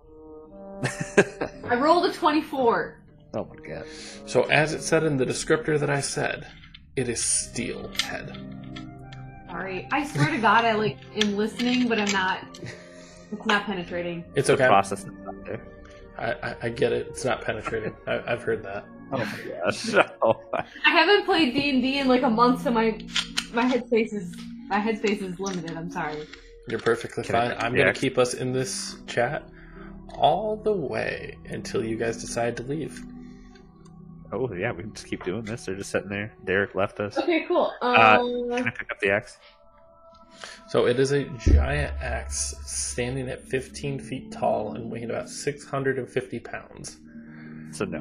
I rolled a 24.
oh my god.
So, as it said in the descriptor that I said, it is steel head.
Sorry. I swear to God, I like am listening, but I'm not. It's not penetrating.
It's
The
okay.
process Oh is not there.
I, I, I get it. It's not penetrating. I, I've heard that.
Oh my gosh. Oh my-
I haven't played D and D in like a month, so my my headspace is my headspace is limited. I'm sorry.
You're perfectly
Can I-
fine. I'm
yeah.
going to keep us in this chat all the way until you guys decide to leave.
Oh yeah, we can just keep doing this. They're just sitting there. Derek left us.
Okay, cool.
Uh,
Um,
Can I pick up the axe?
So it is a giant axe standing at 15 feet tall and weighing about 650 pounds.
So no.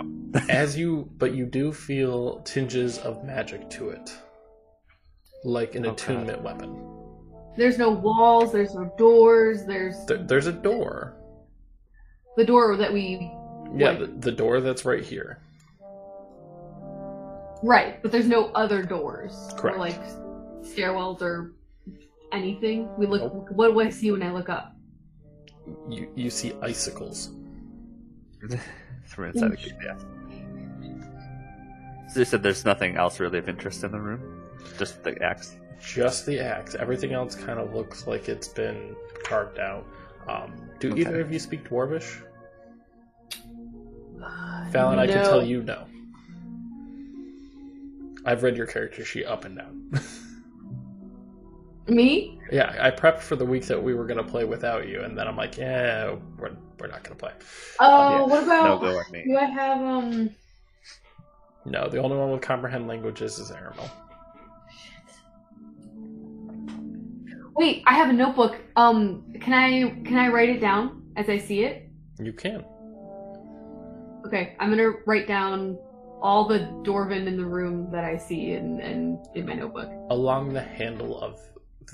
As you, but you do feel tinges of magic to it, like an
Okay.
attunement weapon.
there's no walls. There's no doors. There's
There, there's a door.
the door that we
Yeah,
Wait.
the, the door that's right here.
Right, but there's no other doors
Correct.
or like stairwells or anything. We look.
Nope.
What do I see when I look up?
You you see icicles.
From inside the keep the axe. So you said there's nothing else really of interest in the room? Just the axe.
Just the axe. Everything else kind of looks like it's been carved out. Um, do
Okay.
either of you speak Dwarvish? Fallon, I can
No.
tell you no. I've read your character sheet up and down.
Me?
Yeah, I prepped for the week that we were gonna play without you, and then I'm like, yeah, we're, we're not gonna play.
Oh,
Yeah.
what
No
about?
go on me.
do I have um?
No, the only one with comprehend languages is Aramel.
Wait, I have a notebook. Um, can I can I write it down as I see it?
You can.
Okay, I'm gonna write down all the Dorvin in the room that I see and and in my notebook.
Along the handle of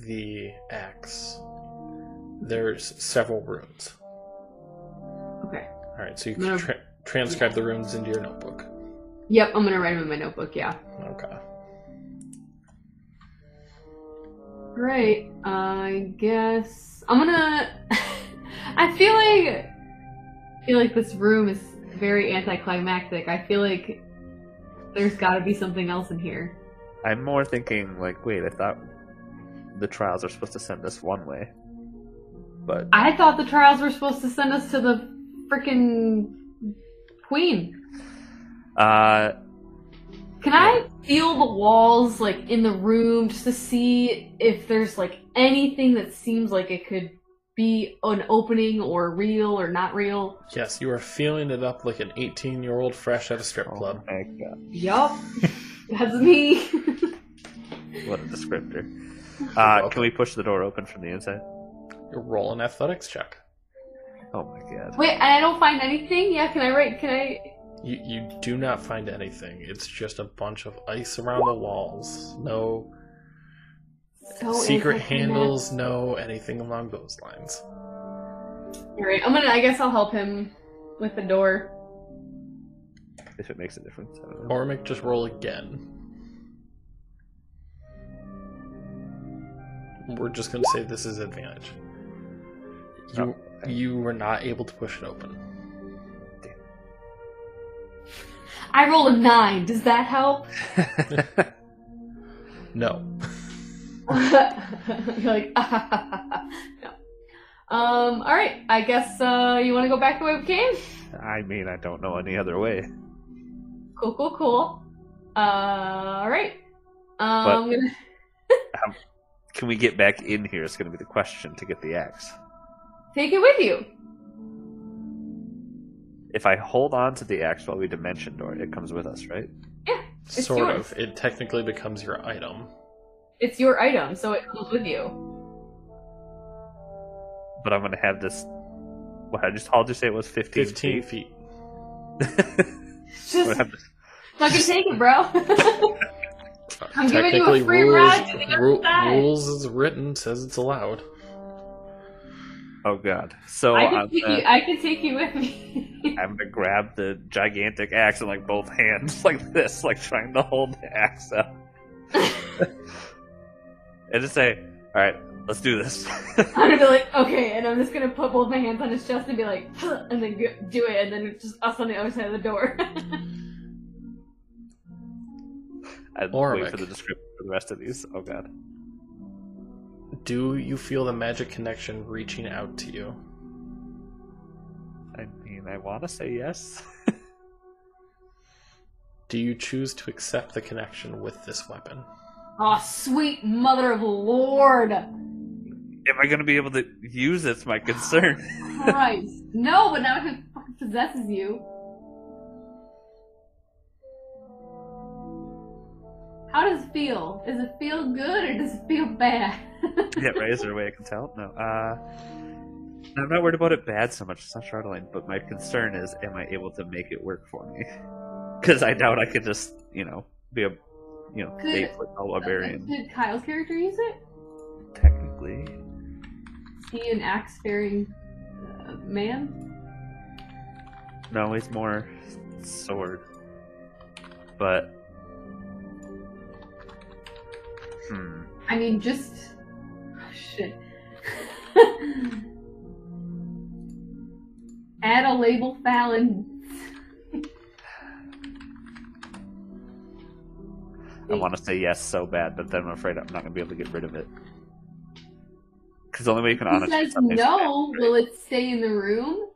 the axe, there's several runes.
Okay.
All right, so you
No.
can tra- transcribe the runes into your notebook.
Yep, I'm gonna write them in my notebook. Yeah.
Okay.
Right. I guess I'm gonna. I feel like I feel like this room is very anticlimactic. I feel like there's got to be something else in here.
I'm more thinking like, wait, I thought the trials are supposed to send us one way, but
I thought the trials were supposed to send us to the freaking queen.
uh,
Can I feel the walls like in the room just to see if there's like anything that seems like it could be an opening or real or not real?
Yes, you are feeling it up like an 18 year old fresh out of strip
oh
club.
my god,
Yup. That's me.
what a descriptor! Uh, can we push the door open from the inside?
Roll an athletics check.
Oh my god!
Wait, and I don't find anything. Yeah, can I write? Can I?
You, you do not find anything. It's just a bunch of ice around the walls. No
So
secret
anticlimactic.
handles, no anything along those lines.
All right, I'm gonna. I guess I'll help him with the door.
If it makes a difference, I don't know.
Ormic, just roll again. We're just gonna say this is advantage. You, you were not able to push it open.
I roll a nine. Does that help?
No.
You're like, no. Um. All right. I guess uh, you want to go back the way we came.
I mean, I don't know any other way.
Cool. Cool. Cool. Uh, all right. Um.
But-
I'm gonna-
Can we get back in here? It's going to be the question to get the axe.
Take it with you.
If I hold on to the axe while we dimension door, it comes with us, right?
It's
sort
yours.
of. It technically becomes your item.
It's your item, so it comes with you.
But I'm going to have this. What I just I'll just say it was 15,
15
feet.
feet.
I'm gonna
Just
have to-
fucking take it, bro. I'm giving you a
Technically,
free
rules,
ride to the other
ru-
side.
rules is written says it's allowed.
oh god! So
I
I'm
could take
gonna,
you. I could take you with me.
I'm gonna grab the gigantic axe in like both hands, like this, like trying to hold the axe up, and just say, "All right, let's do this."
I'm gonna be like, okay, and I'm just gonna put both my hands on his chest and be like, and then go, do it, and then it's just us on the other side of the door.
I wait
Ormic.
for the description for the rest of these. Oh god!
Do you feel the magic connection reaching out to you?
I mean, I want to say yes.
Do you choose to accept the connection with this weapon?
oh, sweet mother of Lord,
Am I gonna be able to use it's my concern.
Christ! no, but now it fucking possesses you. How does it feel? Does it feel good or does it feel bad?
yeah, right. Is there a way I can tell? No. Uh, I'm not worried about it bad so much. It's not startling, but my concern is, am I able to make it work for me? Because I doubt I could just, you know, be a, you know,
Could-
eight foot tall barbarian.
Did Kyle's character use it?
Technically,
He an axe bearing uh, man?
no. He's more sword, but hmm.
I mean, just oh, shit. Add a label, Fallon.
I want to say yes so bad, but then I'm afraid I'm not gonna be able to get rid of it. Because the only way you can
If he
honestly
says
something's
no,
bad,
will it stay in the room?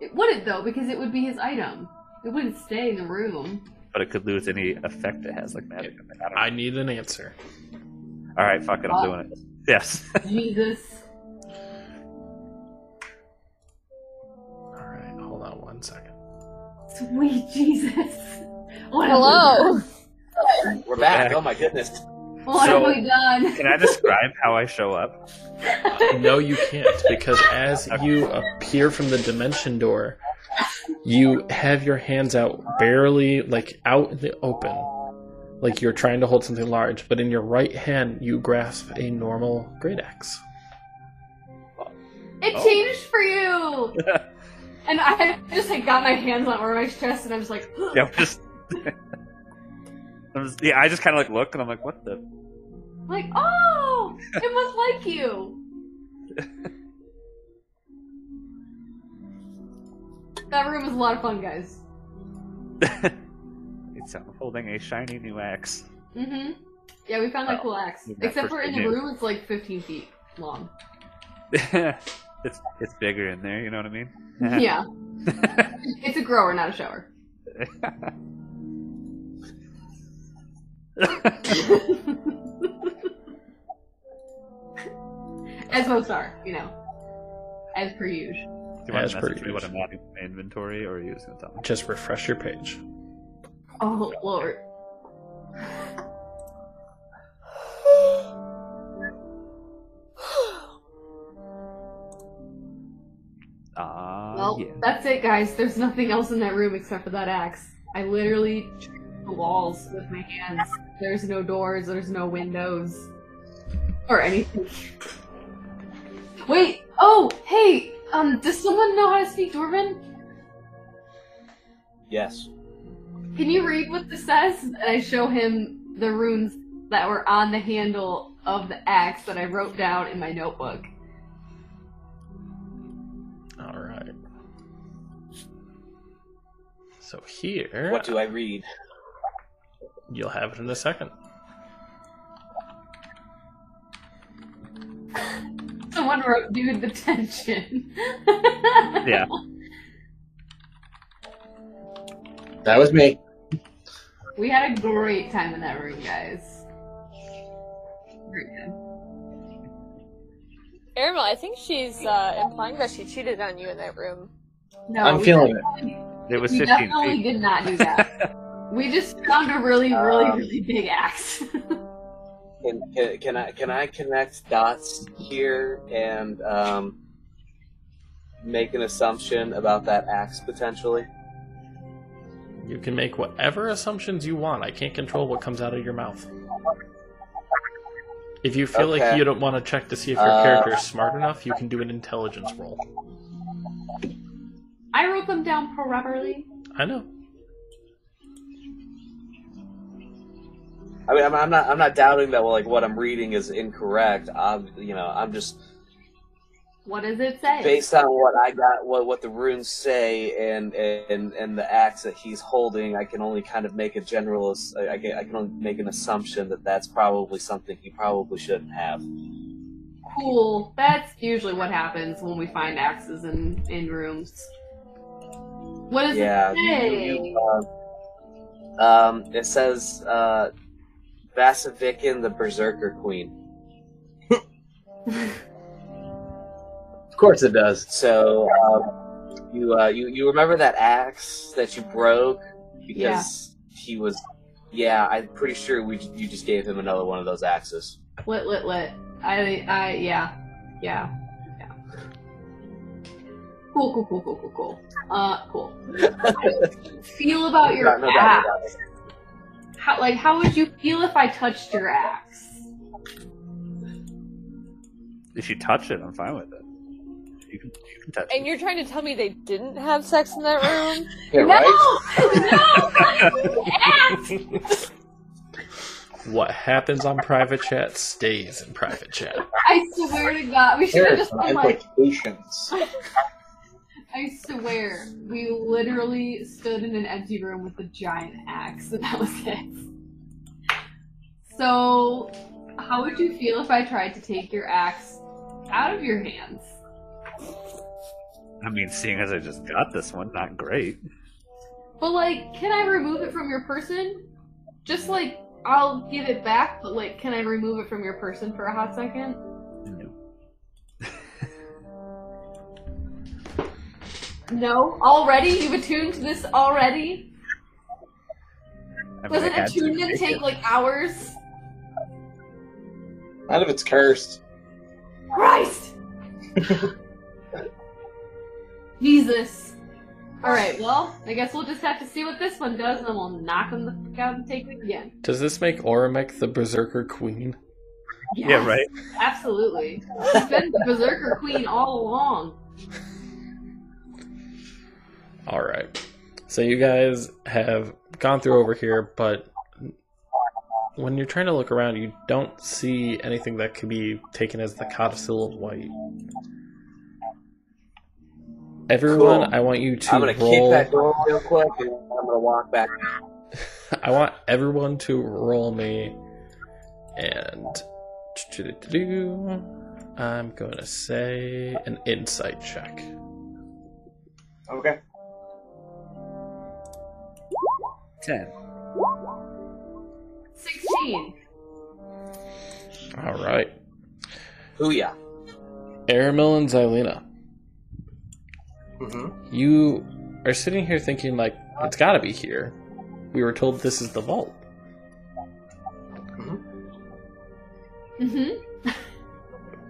It wouldn't though, because it would be his item. It wouldn't stay in the room.
but it could lose any effect it has, like magic. I don't know.
I need an answer.
All right, fuck it, I'm doing it. Yes.
Jesus.
All right, hold on one second.
Sweet Jesus. What
Hello.
We're back.
back.
Oh my goodness.
Have we, what
So-
have we done?
Can I describe how I show up?
No, you can't, because as you appear from the dimension door, you have your hands out barely, like out in the open, like you're trying to hold something large, but in your right hand, you grasp a normal great axe.
It
Oh.
changed for you. and I just like got my hands on Ormek's chest, and I'm just like,
Yeah, I'm just. I was- yeah, I just kind of like look and I'm like, what the?
like oh, it must like you. that room was a lot of fun, guys.
It's I'm holding a shiny new axe.
Mm-hmm. Yeah, we found that
Oh,
cool axe.
we've got
Except for in the
freaking new.
room, it's like 15 feet long.
it's it's bigger in there. You know what I mean?
yeah. It's a grower, not a shower. As most are, you know. As per usual.
Do you want
As
to
per
message me what I'm
usual.
adding to my inventory, or are you just gonna tell me?
Just refresh your page.
Oh, Lord.
Ah,
Well,
yeah.
that's it, guys. There's nothing else in that room except for that axe. I literally checked the walls with my hands. There's no doors, there's no windows, or anything. Wait! Oh, hey! Um, does someone know how to speak Dwarven?
Yes.
Can you read what this says? And I show him the runes that were on the handle of the axe that I wrote down in my notebook.
All right. So here,
What do I read?
you'll have it in a second.
Someone wrote, dude, the tension.
Yeah.
That was me.
We had a great time in that room, guys. Great time.
Aramel, I think she's uh, implying that she cheated on you in that room.
No,
I'm
we
feeling it.
It was
We
15
definitely
feet.
did not do that. we just found a really, really,
Um,
really big axe.
Can, can, can I can I connect dots here and um, make an assumption about that axe potentially?
You can make whatever assumptions you want. I can't control what comes out of your mouth. If you feel like
Okay.
you don't want to check to see if your
Uh,
character is smart enough, you can do an intelligence roll.
I wrote them down properly.
I know.
I mean, I'm, I'm not I'm not doubting that like what I'm reading is incorrect. I'm you know I'm just
What does it say?
based on what I got, what what the runes say, and and and the axe that he's holding, I can only kind of make a general. ass- I I can, I can only make an assumption that that's probably something he probably shouldn't have.
cool. That's usually what happens when we find axes in, in rooms. What does
Yeah.
it
you-
say?
you, uh, um, it says uh, Vasavikin, the Berserker Queen.
Of course it does.
So um, you uh, you you remember that axe that you broke because he was. Yeah, I'm pretty sure we you just gave him another one of those axes.
Lit, lit, lit. I, I, yeah, yeah, yeah. Cool, cool, cool, cool, cool, cool. Uh, cool. feel about your
No, no doubt, no
axe.
doubt.
How, like, how would you feel if I touched your axe?
If you touch it, I'm fine with it. You can, you can touch
And
it.
you're trying to tell me they didn't have sex in that room?
Yeah,
no,
right?
no, axe.
What happens on private chat stays in private chat.
I swear to God, we should
There
have
are
just
some
been like,
implications.
I swear, we literally stood in an empty room with a giant axe, and that was it. So, how would you feel if I tried to take your axe out of your hands?
I mean, seeing as I just got this one, not great.
But, like, can I remove it from your person? Just like, I'll give it back, but, like, can I remove it from your person for a hot second? No, already you've attuned to this already.
I mean, I
Doesn't
had to
attunement
make
take
it.
like hours?
Not if it's cursed.
Christ! Jesus. Alright, well, I guess we'll just have to see what this one does, and then we'll knock him the fuck out and take it again.
Does this make Oramek the Berserker Queen?
Yeah, right.
Absolutely. She's been the Berserker Queen all along.
All right. So you guys have gone through over here, but when you're trying to look around, you don't see anything that could be taken as the codicil of white. Everyone,
Cool.
I want you to
I'm gonna
roll.
kick that door real quick, and I'm gonna walk back.
I want everyone to roll me, and I'm gonna say an insight check.
Okay.
Ten.
16.
All right,
Hooya!
Aramil and Xylena.
Mm-hmm.
you are sitting here thinking like it's got to be here we were told this is the vault
Mm-hmm.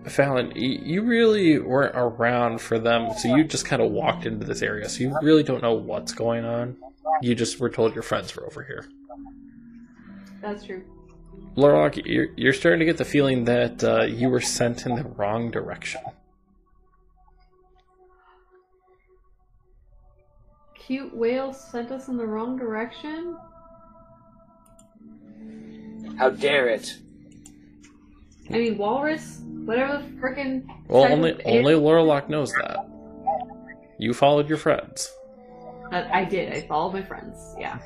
fallon y- you really weren't around for them so you just kind of walked into this area so you really don't know what's going on you just were told your friends were over here
That's true.
Lorlock, you're, you're starting to get the feeling that uh, you were sent in the wrong direction
Cute whale sent us in the wrong direction?
How dare it?
I mean, walrus? Whatever the frickin'.
well
type
only
of an-
only Lorlock knows that you followed your friends
I I did. I followed my friends. Yeah.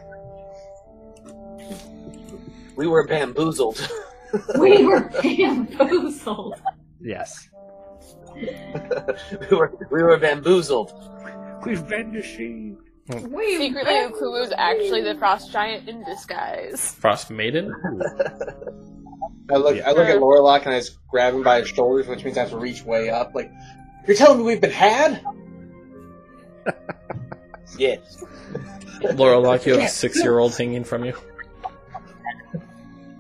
We were bamboozled.
we were bamboozled.
Yes.
we were we were bamboozled.
We've been deceived.
We
Secretly, Ukulu is actually the frost giant in disguise.
frost maiden
I look. I look at Lorelock and I just grab him by his shoulders, which means I have to reach way up. Like, you're telling me we've been had?
Yes.
Lorlock, you have a six-year-old hanging from you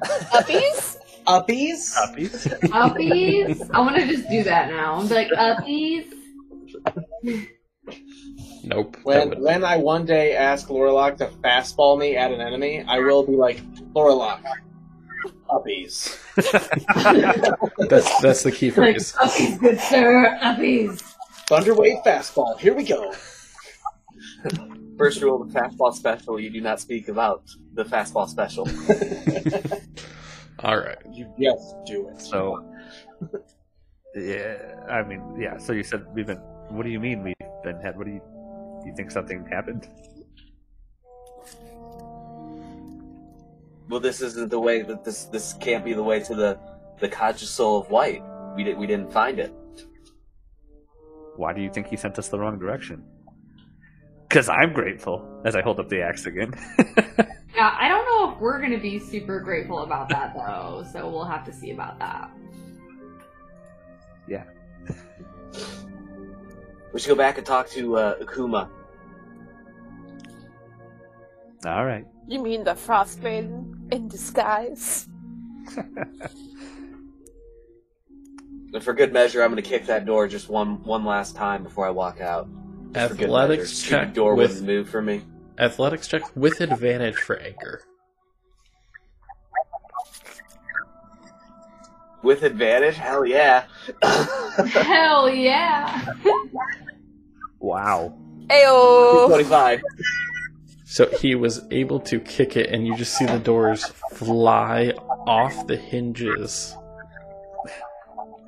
Uppies?
Uppies?
Puppies.
uppies. I want to just do that now. I'm like uppies.
nope that
When
would-
when I one day ask Lorelock to fastball me at an enemy, I will be like, Lorelock, uppies.
That's that's the key
Like
phrase.
uppies, good sir. Uppies.
Thunderwave fastball. Here we go.
First rule of the fastball special: you do not speak about the fastball special.
All right.
You just do it.
So, yeah, I mean, yeah. So you said we've been. What do you mean we've been had? What do you? You think something happened?
Well, this isn't the way. That this this can't be the way to the the conscious soul of white. We did we didn't find it.
Why do you think he sent us the wrong direction? Because I'm grateful. As I hold up the axe again.
Yeah, I don't know if we're gonna be super grateful about that though. So we'll have to see about that.
We should go back and talk to uh, Akuma.
All right.
You mean the frost maiden in disguise?
And for good measure, I'm going to kick that door just one one last time before I walk out. Just for good measure.
Athletics
Stupid
check
door
with
wouldn't move for me.
athletics check with advantage for anchor.
With advantage? Hell yeah.
Hell yeah.
Wow.
Ayo!
25.
So he was able to kick it, and you just see the doors fly off the hinges,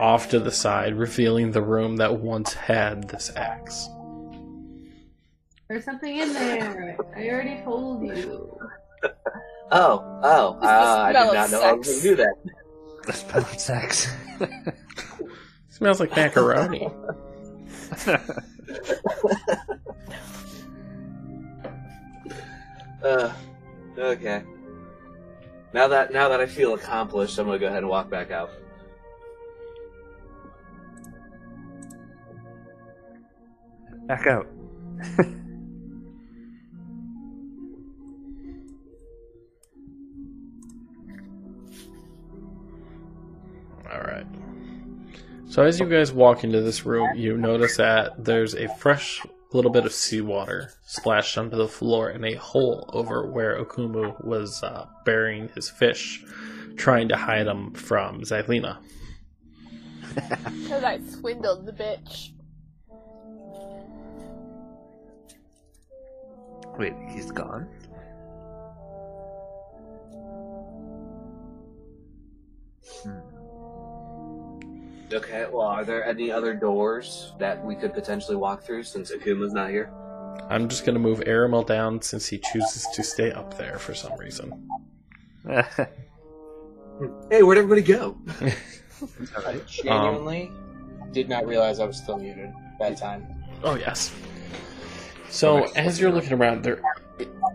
off to the side, revealing the room that once had this axe.
There's something in there. I already told you.
Oh, oh.
the
Uh, I
smell
did
of
not know I was going
sex.
to do that.
The spell of sex.
Smells like macaroni.
Uh, okay. Now that now that I feel accomplished, I'm going to go ahead and walk back out.
Back out.
All right. So as you guys walk into this room, you notice that there's a fresh little bit of seawater splashed onto the floor and a hole over where Okumu was uh, burying his fish, trying to hide him from Xylena.
Because I swindled the bitch.
Wait, he's gone?
Okay, well, are there any other doors that we could potentially walk through since Akuma's not here?
I'm just going to move Aramel down since he chooses to stay up there for some reason.
Hey, where'd everybody go?
I genuinely did not realize I was still muted that time.
Oh yes. So as you're looking around, there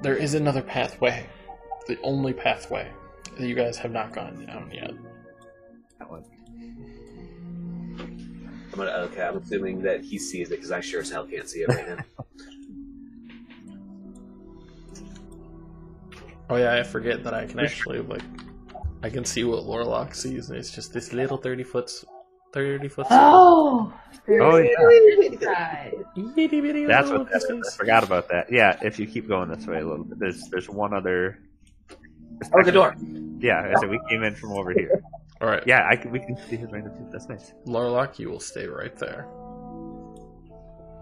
there is another pathway, the only pathway that you guys have not gone down yet.
That one. I'm gonna, okay, I'm assuming that he sees it because I sure as hell can't see it right now.
Oh yeah, I forget that I can actually like I can see what Lorlock sees, and it's just this little thirty foot, thirty foot.
Oh!
Oh, yeah.
Right.
itty bitty
That's
little
what that is. I
space.
forgot about that. Yeah, if you keep going this way a little bit, there's there's one other.
Oh, the door.
Yeah, I said we came in from over here.
All right,
Yeah, I can, we can see his random too. That's nice.
Lorlock, you will stay right there.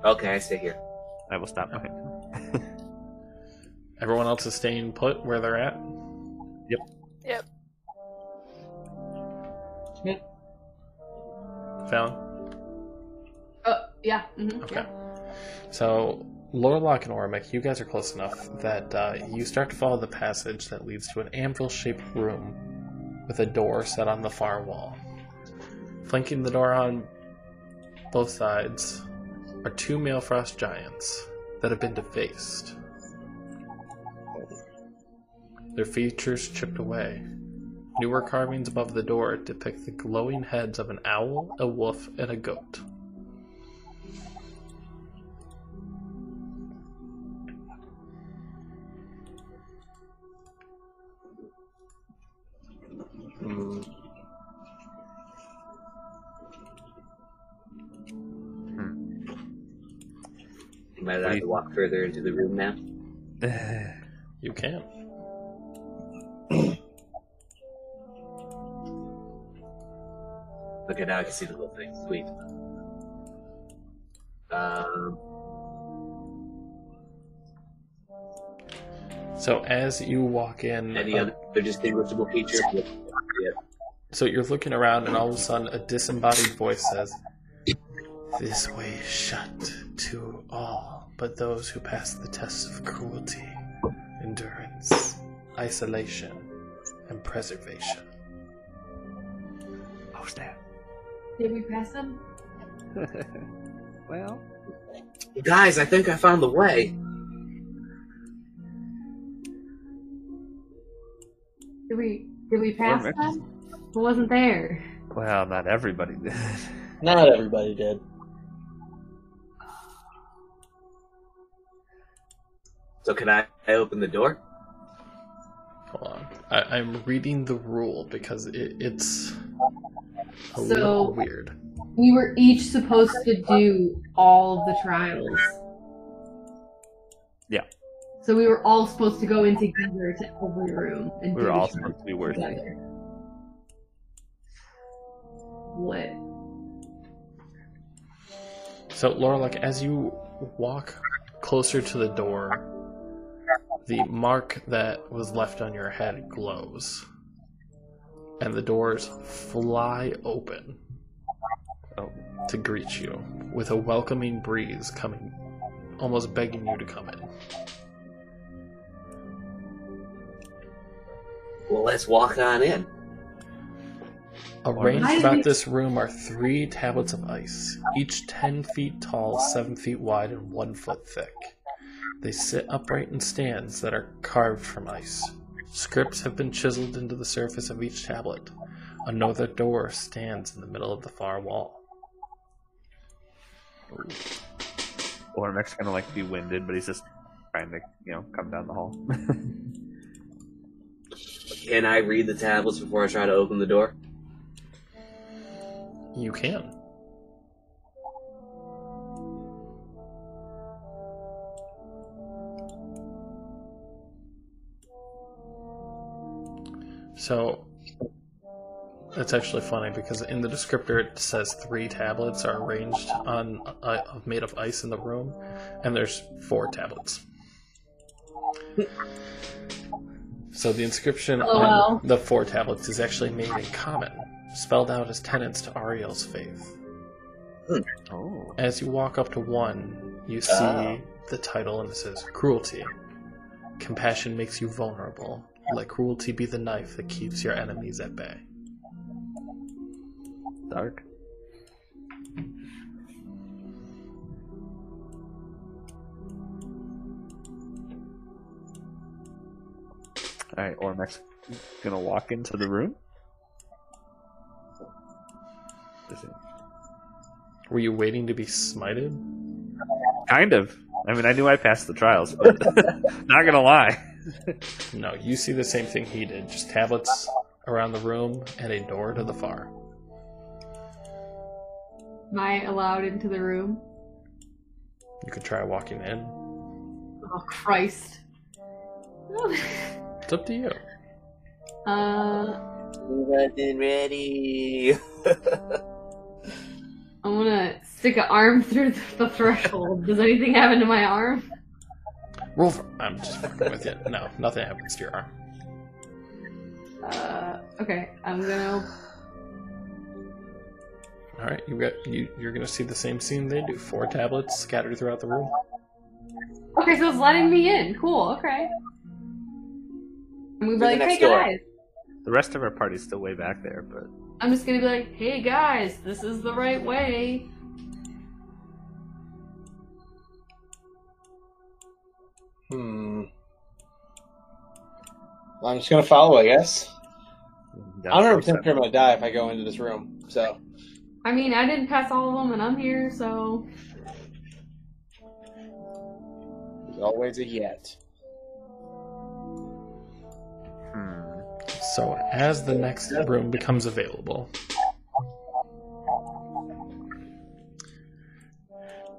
Okay, I stay here.
I will stop behind. him.
Everyone else is staying put where they're at.
Yep.
Fallon.
Oh, yeah. mhm,
Okay.
yeah.
So Lorlock and Ormic, you guys are close enough that uh, you start to follow the passage that leads to an anvil-shaped room with a door set on the far wall. Flanking the door on both sides are two male frost giants that have been defaced. Their features chipped away. Newer carvings above the door depict the glowing heads of an owl, a wolf, and a goat.
Am I allowed to walk further into the room now?
You can.
Okay, now I can see the whole thing. Sweet. Um,
So as you walk in,
any
uh,
other distinguishable features?
so you're looking around, and all of a sudden, a disembodied voice says, "This way is shut to all, but those who pass the tests of cruelty, endurance, isolation, and preservation."
Oh snap!
Did we pass them?
well,
Guys, I think I found the way.
Did we? Did we pass
Ormic.
them? Who wasn't there?
well, not everybody did.
Not everybody did.
So can I, I open the door?
Hold on, I, I'm reading the rule because it, it's a
So-
little weird.
We were each supposed to do all of the trials.
Yeah.
So we were all supposed to go in together to every room and
We
do
were
the
all
trials
supposed to be worse.
together. What?
So, Laura, like as you walk closer to the door, the mark that was left on your head glows, and the doors fly open
Oh.
to greet you with a welcoming breeze coming, almost begging you to come in.
Well, let's walk on in.
Arranged
Why
about
did-
this room are three tablets of ice, each 10 feet tall, 7 feet wide, and 1 foot thick. They sit upright in stands that are carved from ice. Scripts have been chiseled into the surface of each tablet. Another door stands in the middle of the far wall.
Ormek's gonna like be winded, but he's just trying to you know come down the hall.
Can I read the tablets before I try to open the door?
You can. So that's actually funny because in the descriptor it says three tablets are arranged on uh, made of ice in the room, and there's four tablets. so the inscription
Oh, wow.
on the four tablets is actually made in common, spelled out as tenants to Ariel's faith.
oh,
As you walk up to one, you see
Ah.
the title and it says Cruelty. Compassion makes you vulnerable. Let cruelty be the knife that keeps your enemies at bay.
dark. All right, Ormek's gonna walk into the room. Is it-
Were you waiting to be smited?
Kind of. I mean, I knew I passed the trials, but not gonna lie.
No, you see the same thing he did. Just tablets around the room and a door to the far.
Am I allowed into the room?
You could try walking in.
Oh Christ.
It's up to you.
uh,
Nothing ready.
I'm gonna stick an arm through the, the threshold. Does anything happen to my arm?
Roll for. I'm just fucking with you. No, nothing happens to your arm.
Uh, okay, I'm gonna.
All right, you got you. You're gonna see the same scene they do. Four tablets scattered throughout the room.
Okay, so it's letting me in. Cool. Okay. I'm gonna be
the
like,
next
hey
door."
guys.
The rest of our party's still way back there, but
I'm just gonna be like, hey guys, this is the right way.
Hmm. I'm just gonna follow, I guess. I'm not sure I'm gonna die if I go into this room. So
I mean, I didn't pass all of them, and I'm here, so
there's always a yet.
Hmm.
So as the next room becomes available,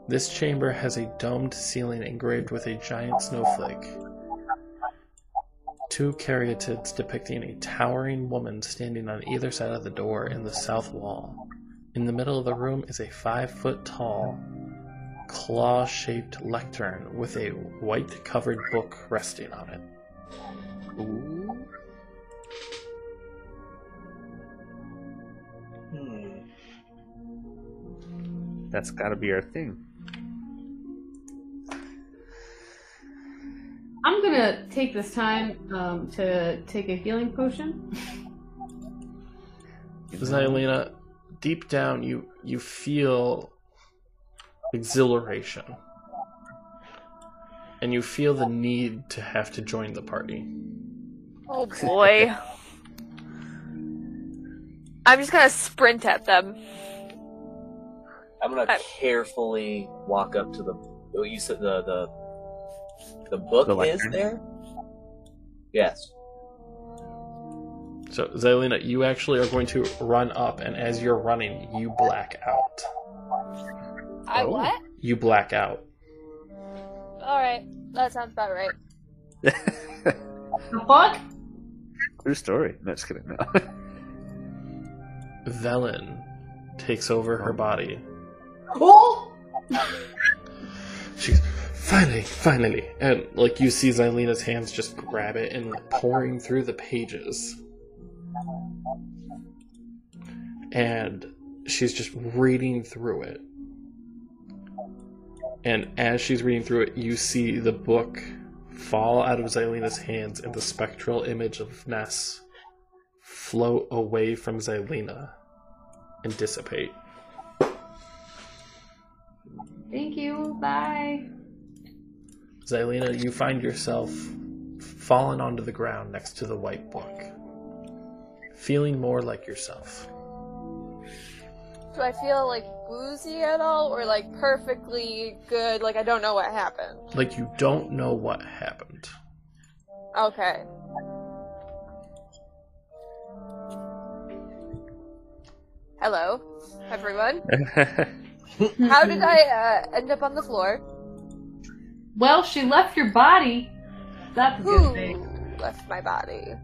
this chamber has a domed ceiling engraved with a giant snowflake. Two caryatids depicting a towering woman standing on either side of the door in the south wall. In the middle of the room is a five foot tall, claw shaped lectern with a white covered book resting on it.
Ooh.
Hmm.
That's gotta be our thing.
I'm gonna take this time um, to take a healing potion.
Xylena, deep down you you feel exhilaration. And you feel the need to have to join the party.
Oh boy. I'm just gonna sprint at them.
I'm gonna
I-
carefully walk up to the. oh, You said the the the book
The
is
lectern?
there. Yes.
So Xylena, you actually are going to run up and as you're running, you black out.
I
Oh.
what?
You black out.
Alright, that sounds about right.
The fuck?
True story. No, just kidding. No.
Velen takes over her body.
Cool.
She's finally, finally, and like you see Xylena's hands just grab it and pouring through the pages. And she's just reading through it. And as she's reading through it, you see the book fall out of Xylena's hands and the spectral image of Ness float away from Xylena and dissipate.
Thank you. Bye.
Xylena, you find yourself fallen onto the ground next to the white book, feeling more like yourself.
Do I feel like woozy at all, or like perfectly good? Like I don't know what happened.
Like you don't know what happened.
Okay. Hello, everyone. How did I uh, end up on the floor?
Well, she left your body. That's a good
Who
thing.
left my body?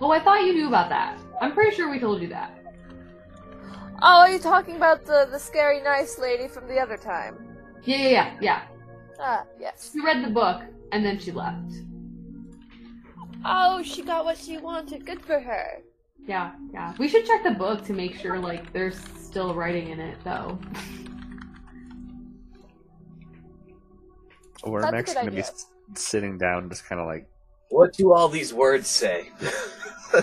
Oh, I thought you knew about that. I'm pretty sure we told you that.
Oh, are you talking about the the scary nice lady from the other time?
Yeah, yeah, yeah, yeah.
Ah, yes.
She read the book and then she left.
Oh, she got what she wanted. Good for her.
Yeah, yeah. We should check the book to make sure like there's still writing in it though.
We're
That's a
actually
good
gonna be
idea.
s- sitting down, just kind of like
What do all these words say?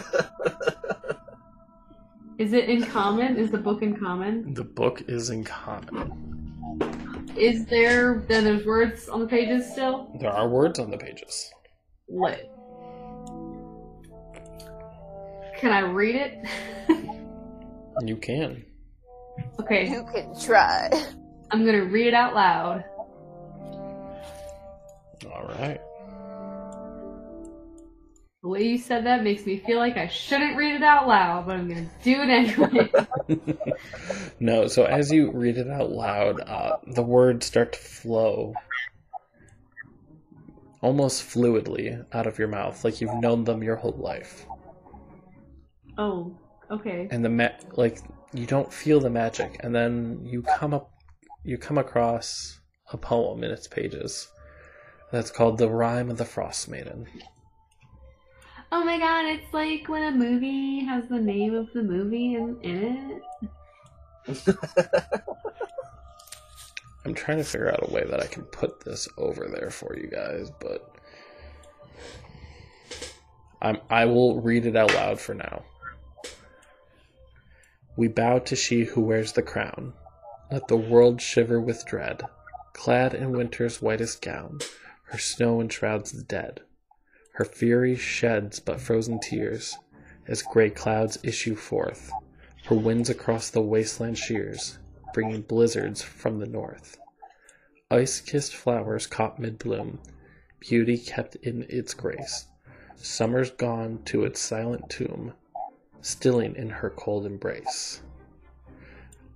Is it in common? Is the book in common?
The book is in common.
Is there then there's words on the pages still?
There are words on the pages.
Lit. Can I read it?
You can.
okay,
You can try.
I'm gonna read it out loud.
All right.
The way you said that makes me feel like I shouldn't read it out loud, but I'm gonna do it anyway.
No, so as you read it out loud, uh, the words start to flow almost fluidly out of your mouth, like you've known them your whole life.
oh, okay.
And the ma- like you don't feel the magic, and then you come up, you come across a poem in its pages. That's called "The Rhyme of the Frost Maiden."
Oh my god, it's like when a movie has the name of the movie in, in it.
I'm trying to figure out a way that I can put this over there for you guys, but I'm I will read it out loud for now. We bow to she who wears the crown. Let the world shiver with dread. Clad in winter's whitest gown, her snow enshrouds the dead. Her fury sheds but frozen tears as gray clouds issue forth. Her winds across the wasteland shears, bringing blizzards from the north. Ice kissed flowers caught mid bloom, beauty kept in its grace. Summer's gone to its silent tomb, stilling in her cold embrace.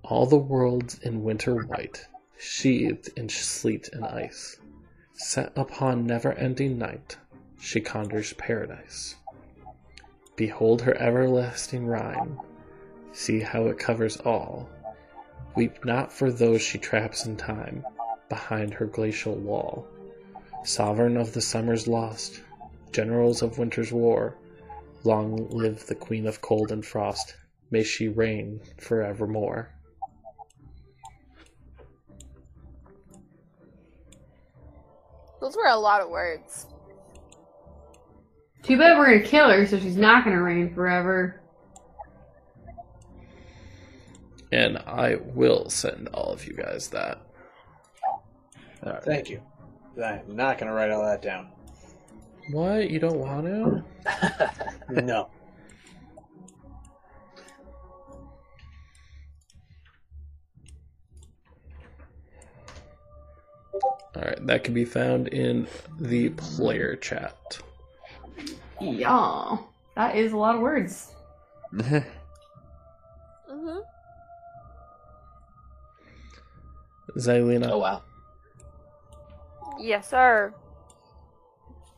All the world's in winter white, sheathed in sleet and ice. Set upon never ending night, she conjures paradise. Behold her everlasting rhyme, see how it covers all. Weep not for those she traps in time behind her glacial wall. Sovereign of the summer's lost, generals of winter's war, long live the queen of cold and frost. May she reign forevermore.
Those were a lot of words.
Too bad we're gonna kill her, so she's not gonna reign forever.
And I will send all of you guys that.
Thank you. I'm not going to write all that down.
What? You don't want to?
No.
Alright, that can be found in the player chat.
Yeah, that is a lot of words.
Mm-hmm.
Zylena,
Oh wow.
Yes, sir.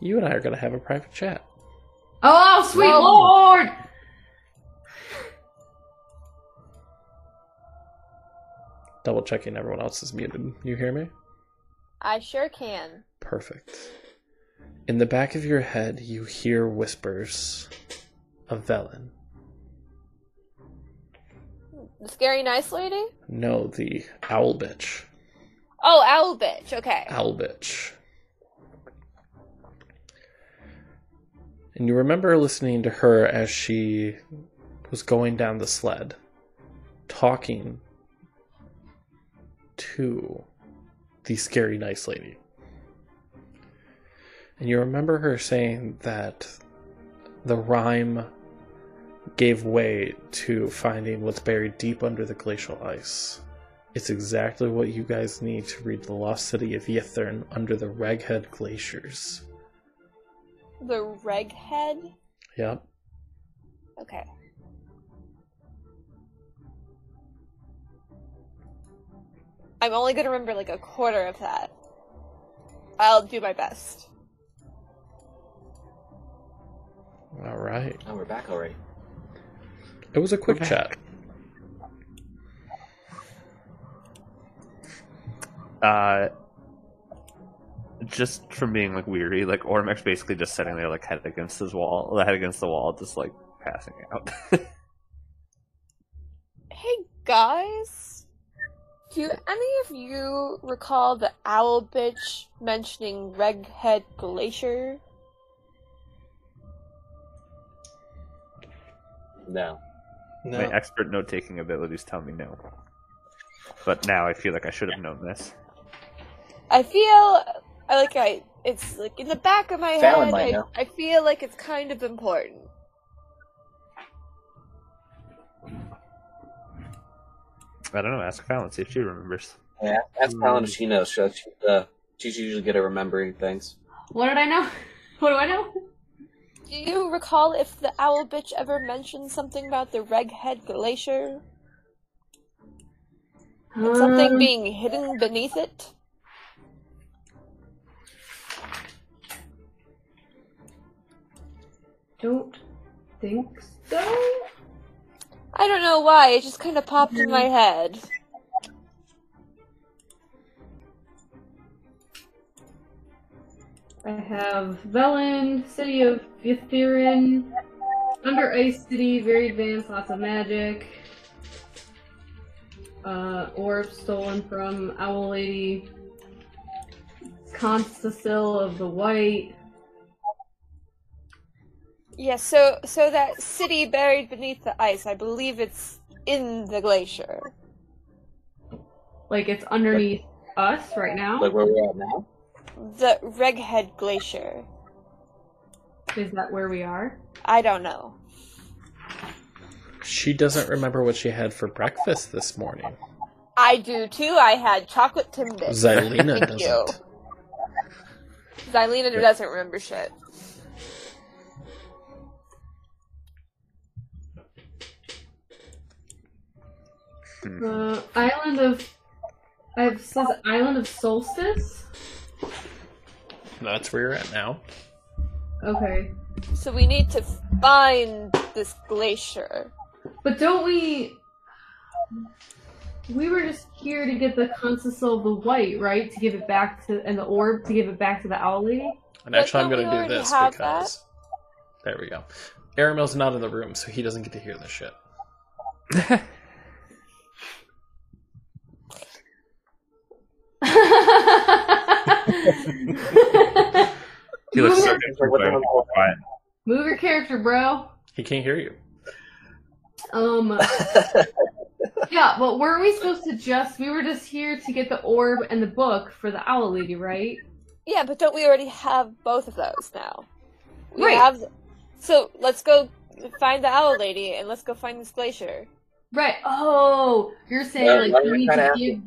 you and I are going to have a private chat.
Oh, sweet
Whoa.
lord!
Double checking everyone else is muted. You hear me?
I sure can.
Perfect. In the back of your head, you hear whispers of Velen.
The scary nice lady?
No, the owl bitch.
Oh, owl bitch. Okay.
Owl bitch. And you remember listening to her as she was going down the sled, talking to the scary nice lady. And you remember her saying that the rhyme gave way to finding what's buried deep under the glacial ice. It's exactly what you guys need to read the lost city of Yithern under the Raghead glaciers.
The Reghead?
Yep.
Okay. I'm only gonna remember like a quarter of that. I'll do my best.
All right.
Oh, we're back already.
It was a quick
Okay.
chat.
Uh, just from being like weary, like Ormek's basically just sitting there, like head against his wall, head against the wall, just like passing out.
Hey guys! Do any of you recall the owl bitch mentioning Reghead Glacier?
No.
No.
My expert note taking abilities tell me no. But now I feel like I should have known this.
I feel I like I it's like in the back of my
Fallon
head.
might
I,
know.
I feel like it's kind of important.
I don't know, ask Fallon, see if she remembers.
Yeah, ask
Hmm.
Colin if she knows. She, she, uh, she's usually good at remembering things.
What did I know? What do I know?
Do you recall if the owl bitch ever mentioned something about the Reghead Glacier? And something
Um,
being hidden beneath it?
Um, don't think so.
I don't know why, it just kind of popped in my head.
I have Veland, City of Yithirin, Under Ice City, very advanced, lots of magic. Uh, orb stolen from Owl Lady. Constacil of the White.
Yeah, so so that city buried beneath the ice, I believe it's in the glacier.
Like it's underneath us right now.
Like where we're at now?
The Reghead Glacier.
Is that where we are?
I don't know.
She doesn't remember what she had for breakfast this morning.
I do too. I had chocolate timbits.
Xylena
Thank you.
doesn't.
Xylena doesn't remember shit.
Uh, Island of. I have says Island of Solstice.
That's where you're at now.
Okay.
So we need to find this glacier.
But don't we? We were just here to get the console of the white, right? To give it back to and the orb to give it back to the owl lady.
And
But
actually, I'm
don't
going
we
to do
already
this
have
because. There we go. Aramel's not in the room, so he doesn't get to hear this shit.
He looks so
It's like, what the hell?
quiet.
Move your character, bro.
He can't hear you.
Um. yeah, but were we supposed to just? We were just here to get the orb and the book for the owl lady, right?
Yeah, but don't we already have both of those now? We
Right.
have. So let's go find the owl lady and let's go find this glacier.
Right. Oh, you're
Yeah,
saying
why
like
were
we
you
need
kinda
to give
asking?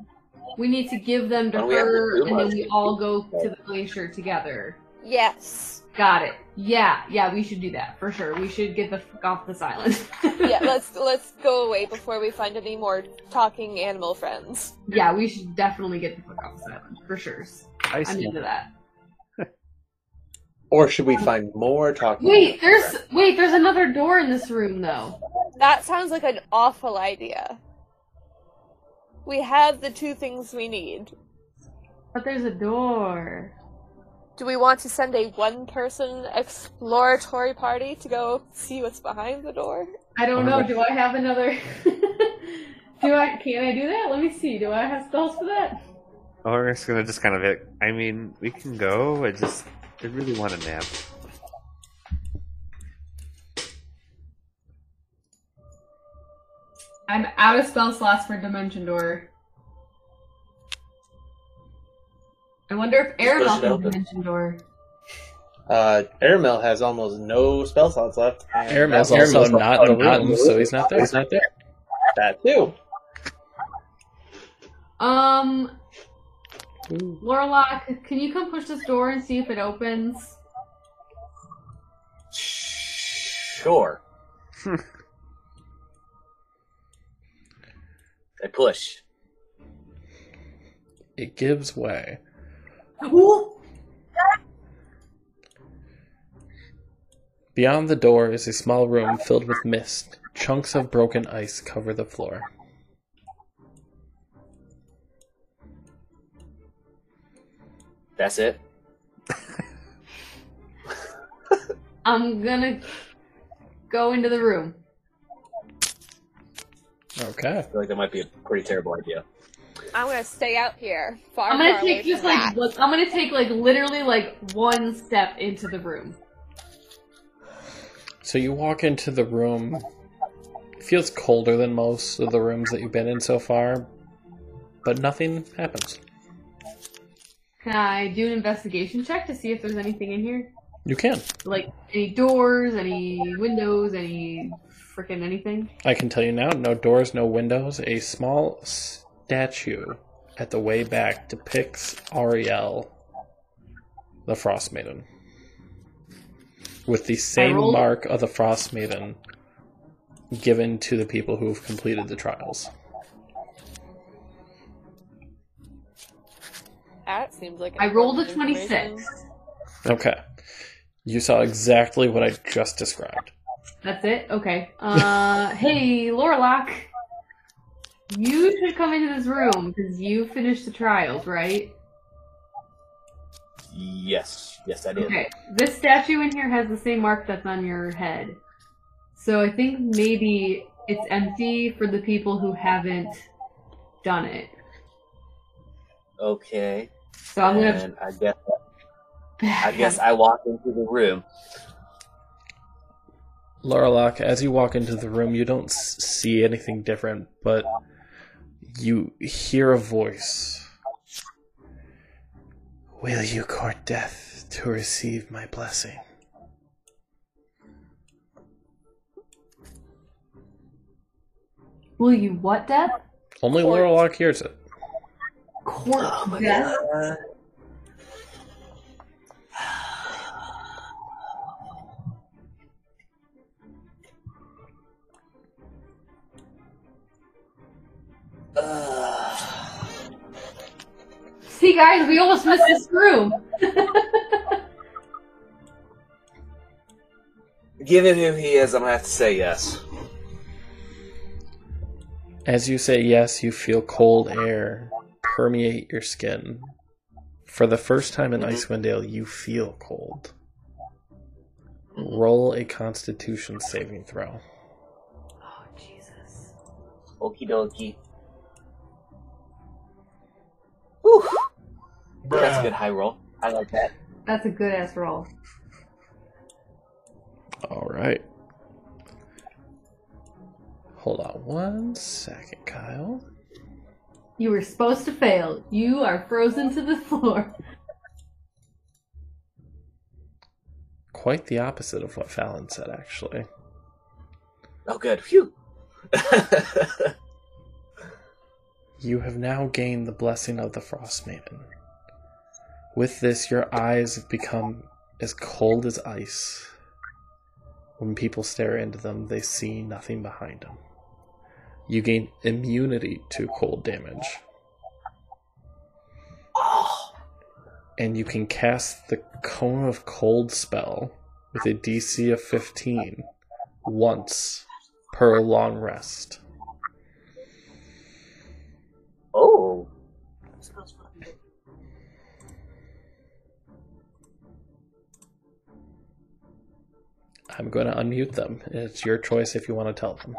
we need to give them to
Why don't we have to
her,
do
and then
one?
we all go to the glacier together.
Yes.
Got it. Yeah, yeah, we should do that for sure. We should get the fuck off this island.
Yeah. let's let's go away before we find any more talking animal friends.
yeah, we should definitely get the fuck off this island for sure.
I
I'm
see.
into that.
Or should we find more talking?
Wait, there's wait, there's another door in this room though.
That sounds like an awful idea. We have the two things we need.
But there's a door.
Do we want to send a one person exploratory party to go see what's behind the door?
I don't
Oh my
know. Do I have another? do I? Can I do that? Let me see. Do I have spells for that?
Or it's gonna just kind of hit. I mean, we can go. I just, I really want a nap.
I'm out of spell slots for Dimension Door. I wonder if
Just push
Arabelle
it
can
open.
Dimension Door.
Uh, Airmail has almost no spell slots left. and
Airmail's
has all spell
also
slots
not in the
left.
room, so he's not there.
He's not there. That too.
Um, Warlock, can you come push this door and see if it opens?
Sure. I push.
It gives way. Beyond the door is a small room filled with mist. Chunks of broken ice cover the floor.
That's it.
I'm gonna go into the room.
Okay.
I feel like that might be a pretty terrible idea.
I'm gonna stay out here. Far,
I'm gonna
far away
take
from
just like
that.
look, I'm gonna take like literally like one step into the room.
So you walk into the room. It feels colder than most of the rooms that you've been in so far, but nothing happens.
Can I do an investigation check to see if there's anything in here?
You can.
Like any doors, any windows, any freaking anything?
I can tell you now no doors, no windows. A small statue at the way back depicts Ariel, the Frost Maiden, with the same
rolled-
mark of the Frost Maiden given to the people who have completed the trials.
That seems like
I rolled a
important information.
26.
Okay. You saw exactly what I just described.
That's it? Okay. Uh, hey, Lorelock. You should come into this room because you finished the trials, right?
Yes. Yes, I did.
Okay. This statue in here has the same mark that's on your head. So I think maybe it's empty for the people who haven't done it.
Okay.
So I'm gonna.
And I guess Uh, I guess I walk into the room.
Lorelock, as you walk into the room, you don't s- see anything different, but you hear a voice. Will you court death to receive my blessing?
Will you what death?
Only
Court.
Lorelock hears it.
Court
Oh
death? See, guys, we almost missed this room.
Given who he is, I'm gonna have to say yes.
As you say yes, you feel cold air permeate your skin. For the first time in
Mhm.
Icewind Dale, you feel cold. Roll a constitution saving throw.
Oh, Jesus.
Okie dokie.
Whew.
That's a good high roll. I like that.
That's a good ass roll.
All right. Hold on one second, Kyle.
You were supposed to fail. You are frozen to the floor.
Quite the opposite of what Fallon said, actually.
Oh good. Phew.
You have now gained the blessing of the Frost Maiden. With this, your eyes have become as cold as ice. When people stare into them, they see nothing behind them. You gain immunity to cold damage,
oh,
and you can cast the Cone of Cold spell with a DC of 15 once per long rest.
oh.
I'm going to unmute them. It's your choice if you want to tell them.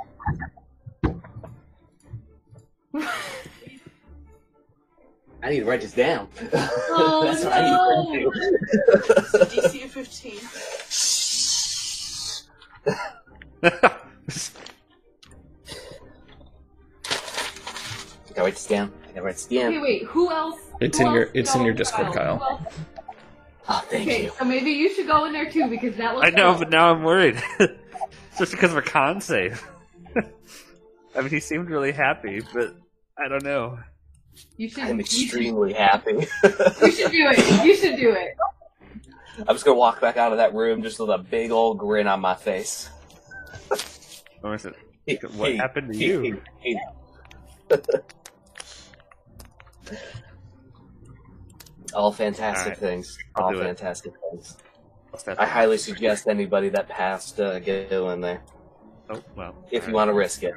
I need to write this down.
Oh,
That's what I need to do.
DC of 15.
I gotta write this down. I gotta write this
Okay,
down.
wait. Who else?
It's
who
in your-
else
it's in
fell
your Discord,
Who
Kyle.
else-
Oh, Thank
okay,
you.
so maybe you should go in there too because that looks.
I know,
like-
but now I'm worried. Especially because of a con save. I mean, he seemed really happy, but I don't know.
you should.
I'm
You should,
extremely happy.
you should do it. You should do it.
I'm just gonna walk back out of that room just with a big old grin on my face.
Or is it, what happened to you?
All fantastic
Alright,
things.
I'll
All
do it.
fantastic things.
What's that?
I highly suggest anybody that passed uh, go in there
oh, well.
if you want to risk it.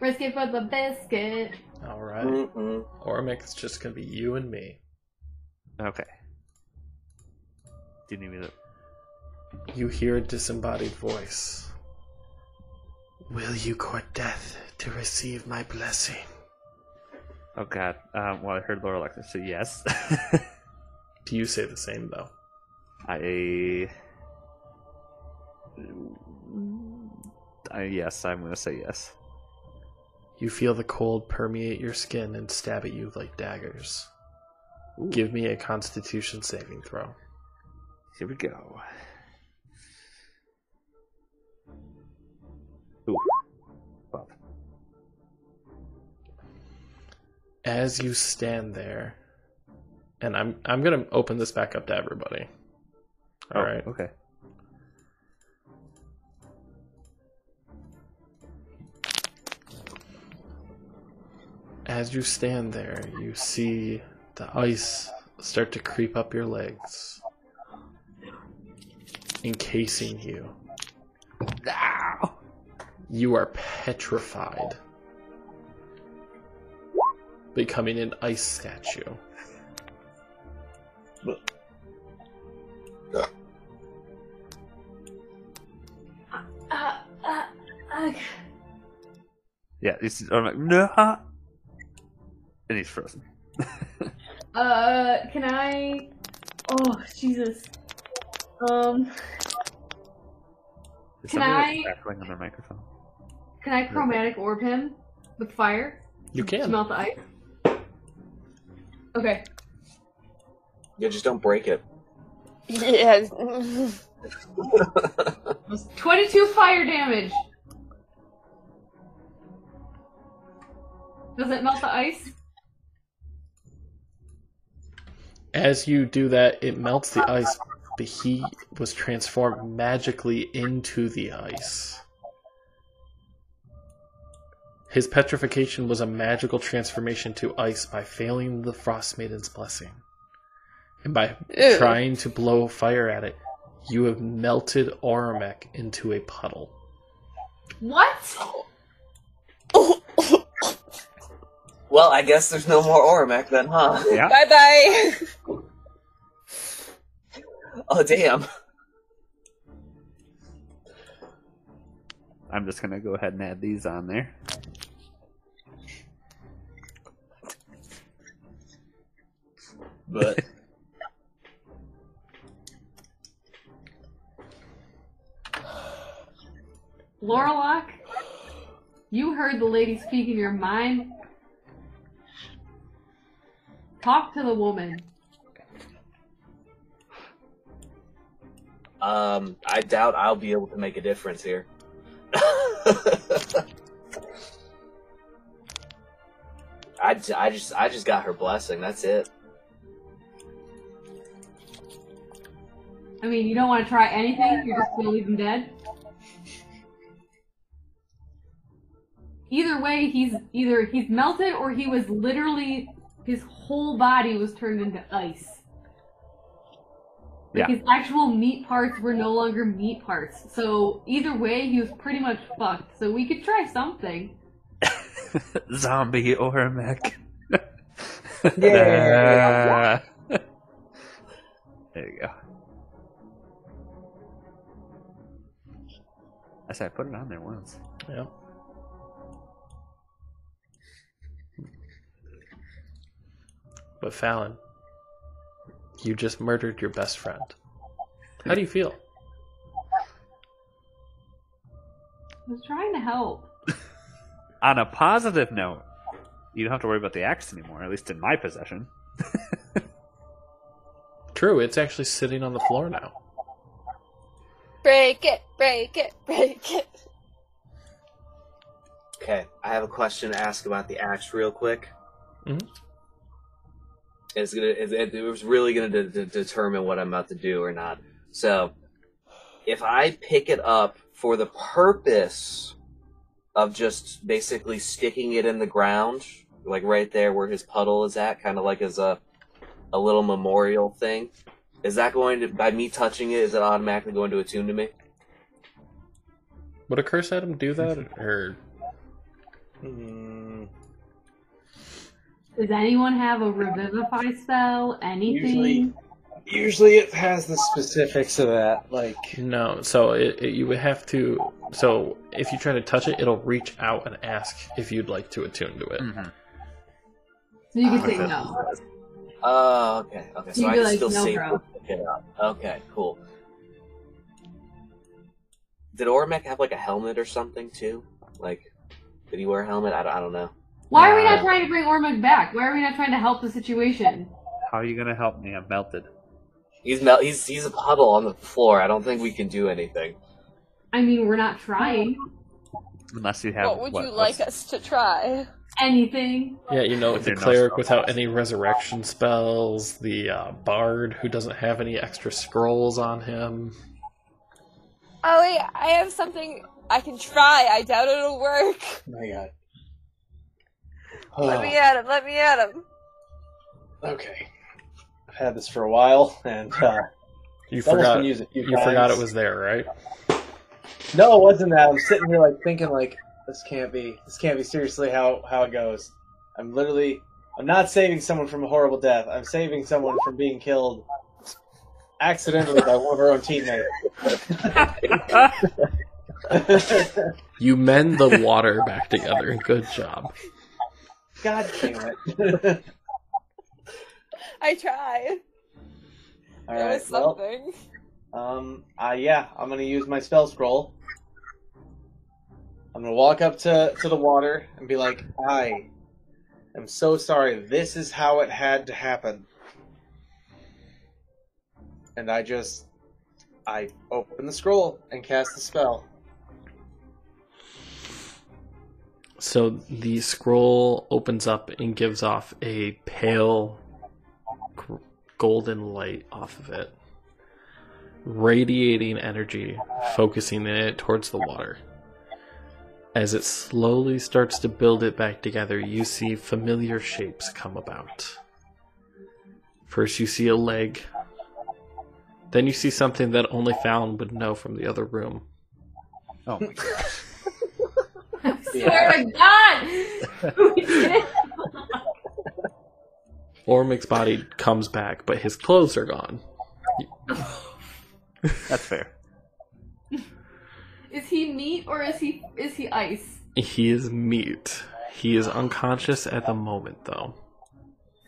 Risk it for the biscuit.
All right.
Mm-mm.
Ormic, it's just gonna be you and me.
Okay. Do you need me to.
You hear a disembodied voice. Will you court death to receive my blessing?
Oh, God. Um, well, I heard Laura Lecter, so yes.
Do you say the same though?
I. I, yes, I'm gonna say yes.
You feel the cold permeate your skin and stab at you like daggers.
Ooh.
Give me a constitution saving throw.
Here we go. Ooh. Well,
As you stand there, and I'm I'm gonna open this back up to everybody.
oh,
All right.
Okay.
As you stand there, you see the ice start to creep up your legs, encasing you.
Ow!
You are petrified, becoming an ice statue.
Uh, uh, uh,
Yeah, he's, I'm like, no! And he's frozen.
uh, can I? Oh Jesus. Um,
Is
Can
somebody,
I-
like, crackling on their microphone?
can I chromatic orb him with fire?
You can.
Smell the ice. Okay.
Yeah, just don't break it.
Yes.
It was 22 fire damage. Does it melt the ice?
As you do that, it melts the ice, but he was transformed magically into the ice. His petrification was a magical transformation to ice by failing the Frost Maiden's blessing. And by
Ew.
trying to blow fire at it, you have melted Oramek into a puddle.
What?
Well, I guess there's no more Oramek then, huh?
Yeah.
bye bye.
Oh, damn.
I'm just gonna go ahead and add these on there.
But
Lorelock, you heard the lady speak in your mind. Talk to the woman.
um, I doubt I'll be able to make a difference here. I, j- I just I just got her blessing. That's it.
I mean, you don't want to try anything, you're just going to leave him dead. Either way, he's either he's melted or he was literally his whole body was turned into ice. Like
Yeah.
his actual meat parts were no longer meat parts. So either way, he was pretty much fucked. So we could try something.
Zombie Oramek.
Yeah.
Ah. there you go. I said I put it on there once.
Yep. But Fallon, you just murdered your best friend. How do you feel?
I was trying to help.
On a positive note, you don't have to worry about the axe anymore, at least in my possession.
true. It's actually sitting on the floor now.
Break it, break it, break it.
Okay, I have a question to ask about the axe real quick.
Mhm.
It's gonna. It, it, it was really gonna de- de- determine what I'm about to do or not. So, if I pick it up for the purpose of just basically sticking it in the ground, like right there where his puddle is at, kind of like as a a little memorial thing, is that going to by me touching it? Is it automatically going to attune to me?
Would a curse item do that, or
Mm,
Does anyone have a revivify spell? Anything?
Usually- usually it has the specifics of that. Like,
no? So it, it, you would have to. So if you try to touch it, it'll reach out and ask if you'd like to attune to it.
Mm-hmm.
Mhm.
So you can
Ah.
say no.
Oh, okay, okay. So
You'd
I
be
can
like,
still
"No,
see.
bro."
Okay, uh, okay, cool. Did Ormek have like a helmet or something too? Like, did he wear a helmet? I don't, I don't know.
Why are we
Nah.
not trying to bring Ormug back? Why are we not trying to help the situation?
How are you gonna help me? I'm melted.
He's mel- he's he's a puddle on the floor. I don't think we can do anything.
I mean, we're not trying
Unless you have
What would you
what's-
like us to try?
anything.
Yeah, you know,
If
the
you're not
cleric
strong.
without any resurrection spells, the uh, bard who doesn't have any extra scrolls on him.
Oh wait, I have something I can try. I doubt it'll work.
my God.
Let
Oh,
me at him. Let me at him.
okay. I've had this for a while, and uh,
You
it's almost
forgot.
been used a few
You forgot it
times.
was there, right?
No, it wasn't that. I'm sitting here like thinking like this can't be this can't be seriously how how it goes. I'm literally I'm not saving someone from a horrible death. I'm saving someone from being killed accidentally by one of our own teammates.
You mend the water back together. Good job.
God damn it.
I tried.
All
it
right.
was
Well,
something.
um uh, yeah, I'm going to use my spell scroll. I'm going to walk up to to the water and be like, "I am so sorry. This is how it had to happen." and I just I open the scroll and cast the spell.
So the scroll opens up and gives off a pale gr- golden light off of it, radiating energy, focusing it towards the water. As it slowly starts to build it back together, you see familiar shapes come about. First, you see a leg. Then you see something that only Fallon would know from the other room.
Oh my god.
I swear to God! We did.
Ormic's body comes back, but his clothes are gone.
That's fair.
Is he meat or is he is he ice?
He is meat. He is unconscious at the moment, though.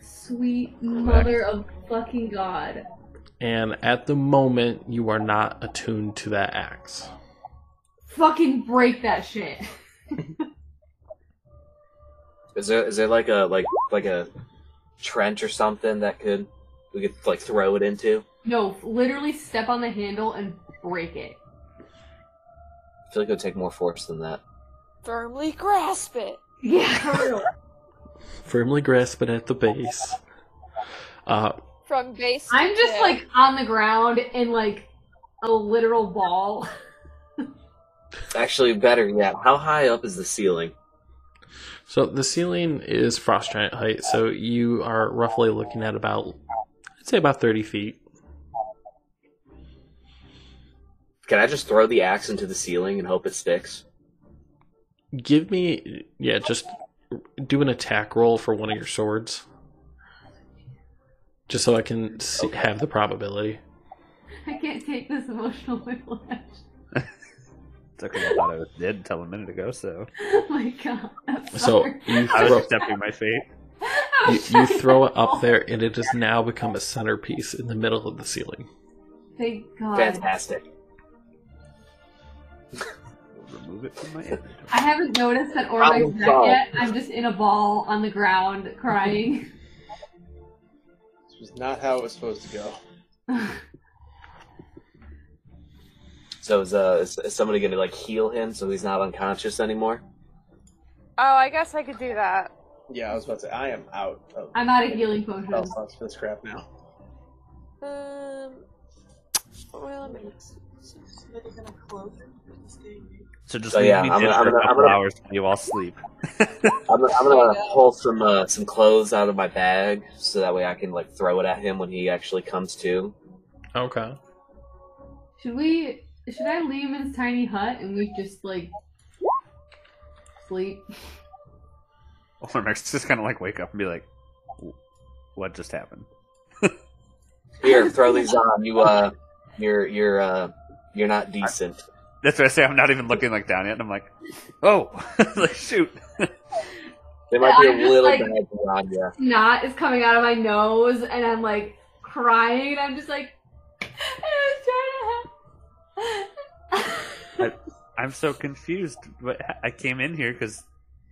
Sweet mother of fucking God.
And at the moment, you are not attuned to that axe.
Fucking break that shit.
Is there is there like a like like a trench or something that could we could like throw it into?
No, literally step on the handle and break it.
I feel like it would take more force than that.
Firmly grasp it.
Yeah, for real.
Firmly grasp it at the base. Uh,
From base. to
I'm just
tail.
like on the ground in like a literal ball.
Actually, better yet, how high up is the ceiling?
so the ceiling is frost giant height, so you are roughly looking at about, I'd say about 30 feet.
Can I just throw the axe into the ceiling and hope it sticks?
Give me, yeah, just do an attack roll for one of your swords. Just so I can see, have the probability.
I can't take this emotional whiplash.
Took a thought I was dead until a minute ago, so
Oh my god. I'm
So
sorry.
you
I was
throw,
accepting my fate.
I
you,
was
you
trying-
throw it up there, and it has now become a centerpiece in the middle of the ceiling.
Thank God.
Fantastic.
Remove it from my inventory.
I haven't noticed that
Problem
Orbe's back
solved.
yet. I'm just in a ball on the ground crying.
This was not how it was supposed to go.
So is uh is, is somebody going to like heal him so he's not unconscious anymore?
Oh, I guess I could do that.
Yeah, I was about to say, I am out of
I'm out of healing potions.
spell slots for this crap now.
Um, well, maybe-
So just
So,
leave
yeah,
me
I'm
dead
gonna-
for
I'm
a
gonna- I'm
couple
gonna-
hours while you all sleep.
I'm, I'm gonna
Yeah.
pull some uh, some clothes out of my bag so that way I can like throw it at him when he actually comes to.
Okay.
Should we? Should I leave his tiny hut and we just like sleep?
Ormex just kind of like wake up and be like, "What just happened?"
Here, throw these on. You uh, you're you're uh, you're not decent.
That's what I say. I'm not even looking like down yet, and I'm like, "Oh, like shoot!"
There might be a
I'm just,
little
like-
bad on you.
Snot is coming out of my nose and I'm like crying and I'm just like I was trying to help.
I'm so confused. But I came in here because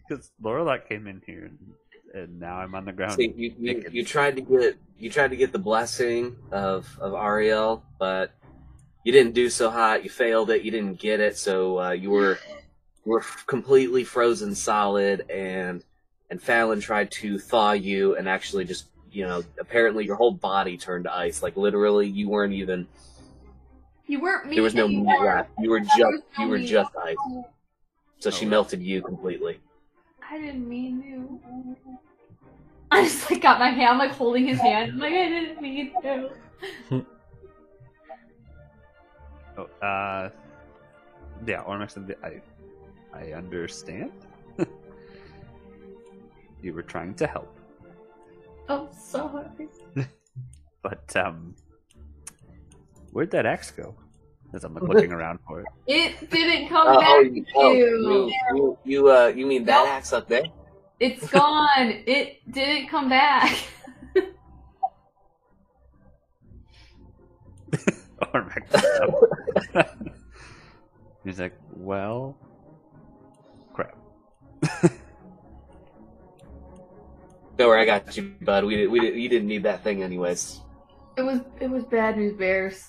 because Lorelai came in here, and, and now I'm on the ground.
See, you, you,
naked.
you tried to get you tried to get the blessing of of Ariel, but you didn't do so hot. You failed it. You didn't get it. So uh, you were you were completely frozen solid, and and Fallon tried to thaw you, and actually just you know apparently your whole body turned to ice. Like literally, you weren't even
you weren't me.
there was no meat
anymore.
left. You were
There
just
was no
you were
meat.
just ice. So
Oh.
she melted you completely.
I didn't mean to. I just like got my hand, I'm like holding his hand. I'm like I didn't mean to.
Oh, uh, yeah, Ormex, I I understand. you were trying to help.
I'm sorry.
But um, where'd that axe go? As I'm like, looking around for it.
It didn't come
Uh,
back
oh,
to
you, oh,
you.
you, you, you, uh, you mean that
Nope.
axe up there?
It's gone. it didn't come back.
Ormac picks up. He's like, well, crap.
Don't worry, I got you, bud. We did, we did, you didn't need that thing anyways.
It was it was bad news bears.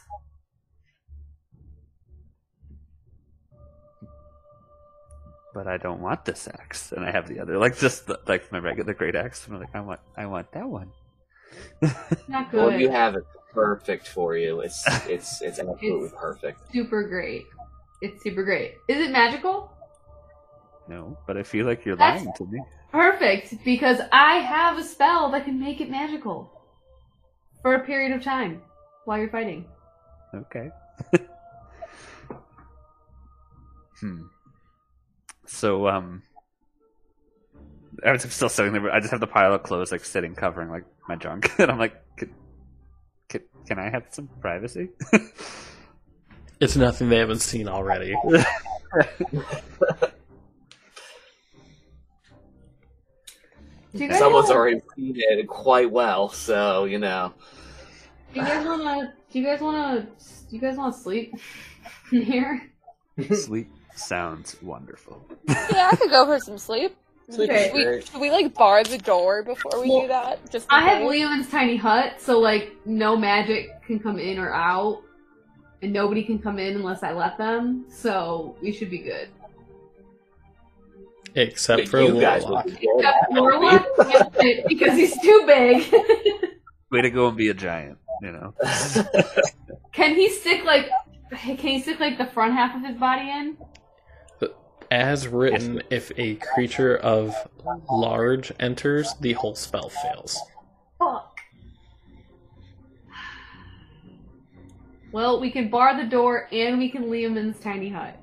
But I don't want this axe, and I have the other, like just the, like my regular great axe. And I'm like, I want, I want that one.
Not good.
Well, you have it perfect for you. It's it's it's absolutely
It's-
perfect.
super great. It's super great. Is it magical?
No, but I feel like you're
That's-
lying to me.
Perfect, because I have a spell that can make it magical for a period of time while you're fighting.
Okay. hmm. So um, I was still sitting there. but I just have the pile of clothes like sitting, covering like my junk, and I'm like, can, can, can I have some privacy?
It's nothing they haven't seen already.
Do you guys
Someone's
wanna-
already seen it quite well, so you know.
Do you guys wanna? Do you guys wanna? Do you guys wanna sleep in here?
Sleep sounds wonderful.
yeah, I could go for some sleep.
Sleep
Okay.
is
Should we,
great.
should we like bar the door before we do
Well,
that? Just in
I have
case?
Leland's tiny hut, so like no magic can come in or out, and nobody can come in unless I let them. So we should be good.
Except
But
for
you guys would
Warlock.
be good.
Except Warlock can't fit because he's too big.
Way to go and be a giant, you know.
Can he stick like? Can he stick like the front half of his body in?
As written, if a creature of large enters, the whole spell fails.
Fuck. Well, we can bar the door and we can Liam's tiny hut.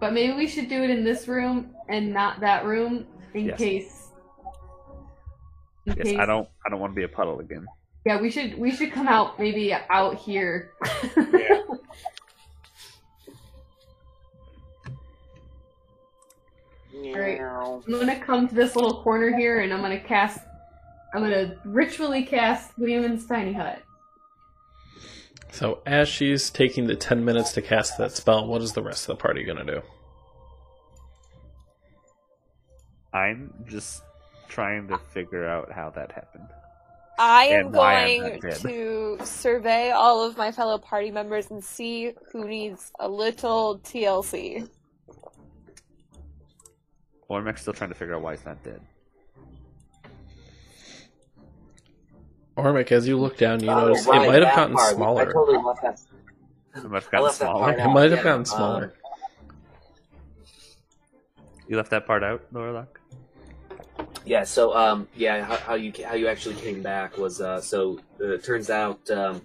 But maybe we should do it in this room and not that room in
Yes.
case. In
Yes, I don't. I don't want to be a puddle again.
Yeah, we should we should come out maybe out here.
Yeah.
Great. I'm gonna come to this little corner here and I'm gonna cast. I'm gonna ritually cast Liam's tiny hut.
So, as she's taking the 10 minutes to cast that spell, what is the rest of the party going to do?
I'm just trying to figure out how that happened.
I am
And why I'm
going
not
to survey all of my fellow party members and see who needs a little TLC.
Ormec's still trying to figure out why he's not dead.
Ormic, as you look down, you
Oh,
notice
right,
it might have
that
gotten
part. I
smaller.
totally left that.
I might have
I
gotten
left that
smaller.
part
It
out,
might have
yeah.
gotten smaller.
You left that part out, Norlock?
Yeah. So, um, yeah, how, how you how you actually came back was uh, so uh, it turns out um,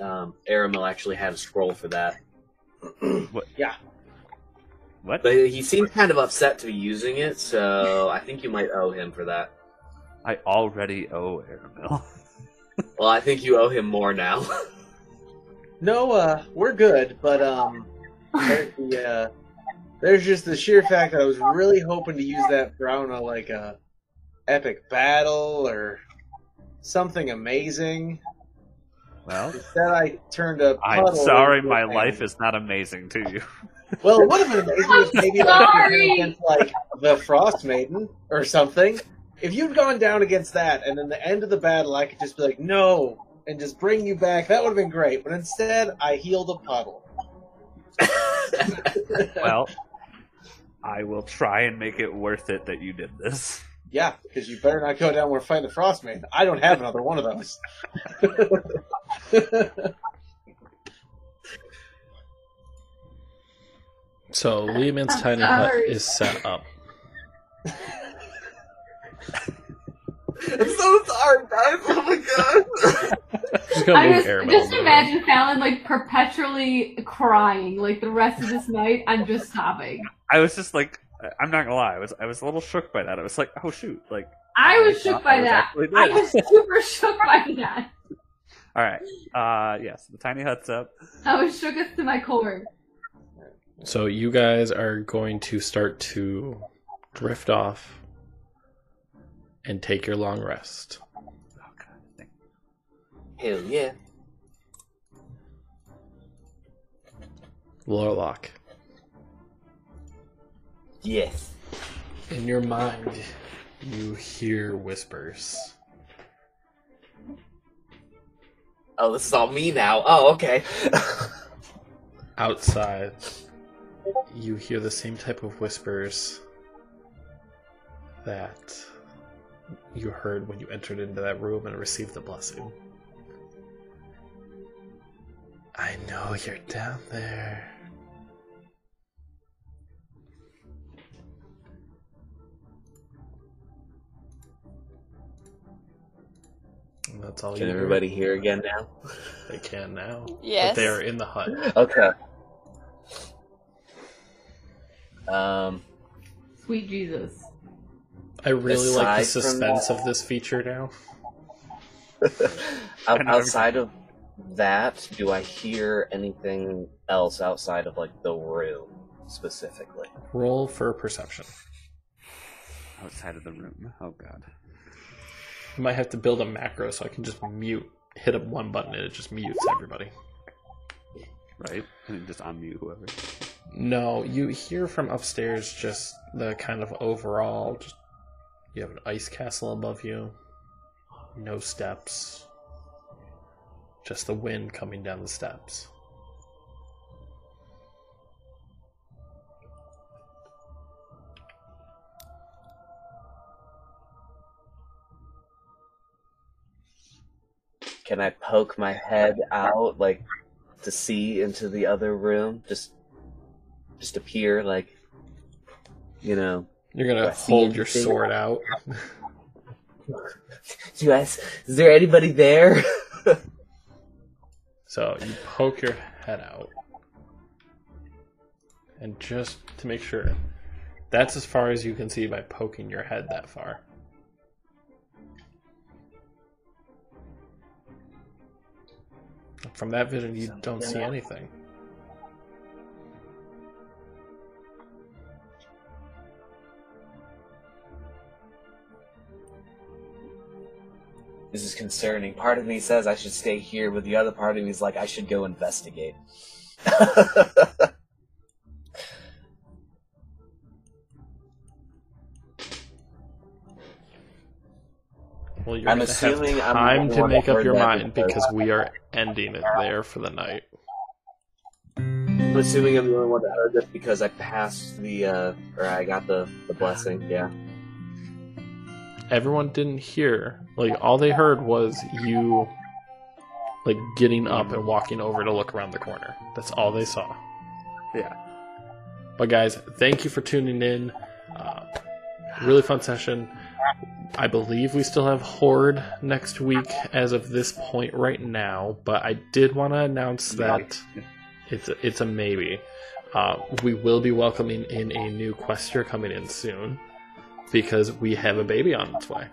um, Aramil actually had a scroll for that,
What?
but he seemed kind of upset to be using it. So I think you might owe him for that.
I already owe Aramil.
Well, I think you owe him more now.
No, uh, we're good, but um, there's the, uh, there's just the sheer fact that I was really hoping to use that for I don't know, like a epic battle or something amazing.
well,
Instead, I turned a.
Oh,
I'm
puddle
sorry
into a
my
thing.
life is not amazing to you.
Well, it would have been amazing if
I'm
maybe like, you
sorry.
went against like the Frost Maiden or something. If you'd gone down against that, and then the end of the battle, I could just be like, no, and just bring you back. That would have been great. But instead, I healed a puddle.
Well, I will try and make it worth it that you did this.
Yeah, because you better not go down where fighting the frost maiden. I don't have another one of those.
So Lehman's
I'm
tiny hut
sorry.
is set up.
I'm so sorry, guys. Oh my god.
Just
I
gonna move
just,
Aramil.
just
over.
imagine Fallon like perpetually crying like the rest of this night. I'm just sobbing.
I was just like, I- I'm not gonna lie, I was I was a little shook by that. I was like, oh shoot, like
I was
thought
shook
Oh I
by
was
that.
actually
I
dead.
was super shook by that.
All right, uh, yes, the tiny hut's up.
I was shook as to my core.
So you guys are going to start to drift off and take your long rest.
Oh, God, thank-
Hell yeah.
Lorlock,
Yes.
in your mind, you hear whispers.
Oh, this is all me now. Oh, okay.
Outside, you hear the same type of whispers that you heard when you entered into that room and received the blessing. I know you're down there. And that's all
Can
you hear.
everybody hear again now?
They can now. But
Yes.
they are in the hut.
Okay. Um.
Sweet Jesus.
I really like the
Aside from
suspense of this feature now.
Out-
And
outside of that, do I hear anything else outside of like the room specifically?
Roll for perception.
Outside of the room. Oh God.
I might have to build a macro so I can just mute, hit up one button and it just mutes everybody.
Right? And then just unmute whoever.
No, you hear from upstairs just the kind of overall. Just, you have an ice castle above you, no steps, just the wind coming down the steps.
Can I poke my head out like to see into the other room? Just, just appear like, you know.
You're gonna
Do I see
hold your
anything?
sword out.
Do you guys? Is there anybody there?
So you poke your head out. And just to make sure, that's as far as you can see by poking your head that far. From that vision, you don't see anything.
This is concerning. Part of me says I should stay here, but the other part of me is like I should go investigate.
Well, you're
I'm
gonna have
assuming I'm
time
the
to
one
make
that
up
heard
your
that
mind
because-
because we are ending it there for the night.
I'm assuming I'm the only one that heard this because I passed the, uh, or I got the, the blessing. Yeah.
Everyone didn't hear. Like all they heard was you, like getting up and walking over to look around the corner. That's all they saw.
Yeah.
But guys, thank you for tuning in. Uh, really fun session. I believe we still have Horde next week as of this point right now, but I did want to announce that it's a, it's a maybe. Uh, we will be welcoming in a new quester coming in soon because we have a baby on its way.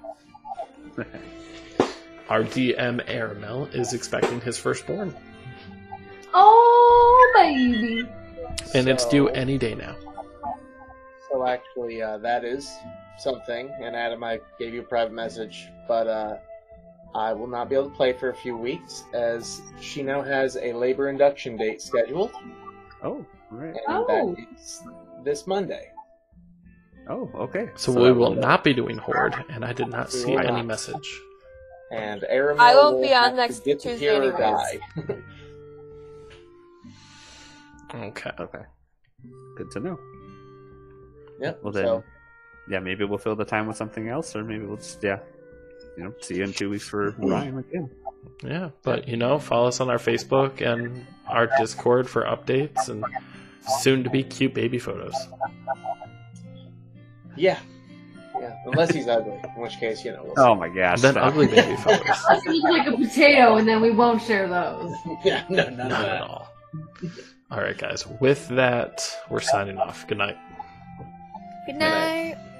Our DM Aramel is expecting his firstborn,
Oh, baby.
and it's due
So-
any day now.
So actually, uh, that is something. And Adam, I gave you a private message, but uh, I will not be able to play for a few weeks as she now has a labor induction date scheduled,
Oh, all right.
and
Oh.
that is this Monday.
Oh, okay.
So,
that
we
was
will
it.
not be doing Horde, and I did not
We
see
will
any
not.
message.
And Aram,
I won't
will
be on
have to
next
get to
Tuesday
hear her
anyways.
die.
Okay.
Okay. Good to know.
Yep.
Well then,
so
yeah, maybe we'll fill the time with something else, or maybe we'll just yeah, you know, see you in two weeks for Ryan again.
Yeah, but you know, follow us on our Facebook and our Discord for updates and soon to be cute baby photos.
yeah, yeah. Unless he's ugly, in which case you know. We'll
Oh my gosh,
Then
stop.
ugly baby photos.
Let's look like a potato, and then we won't share those.
see. Yeah. No. No.
Not at
No.
all. All right, guys. With that, we're signing off. Good night.
Good
night.
night.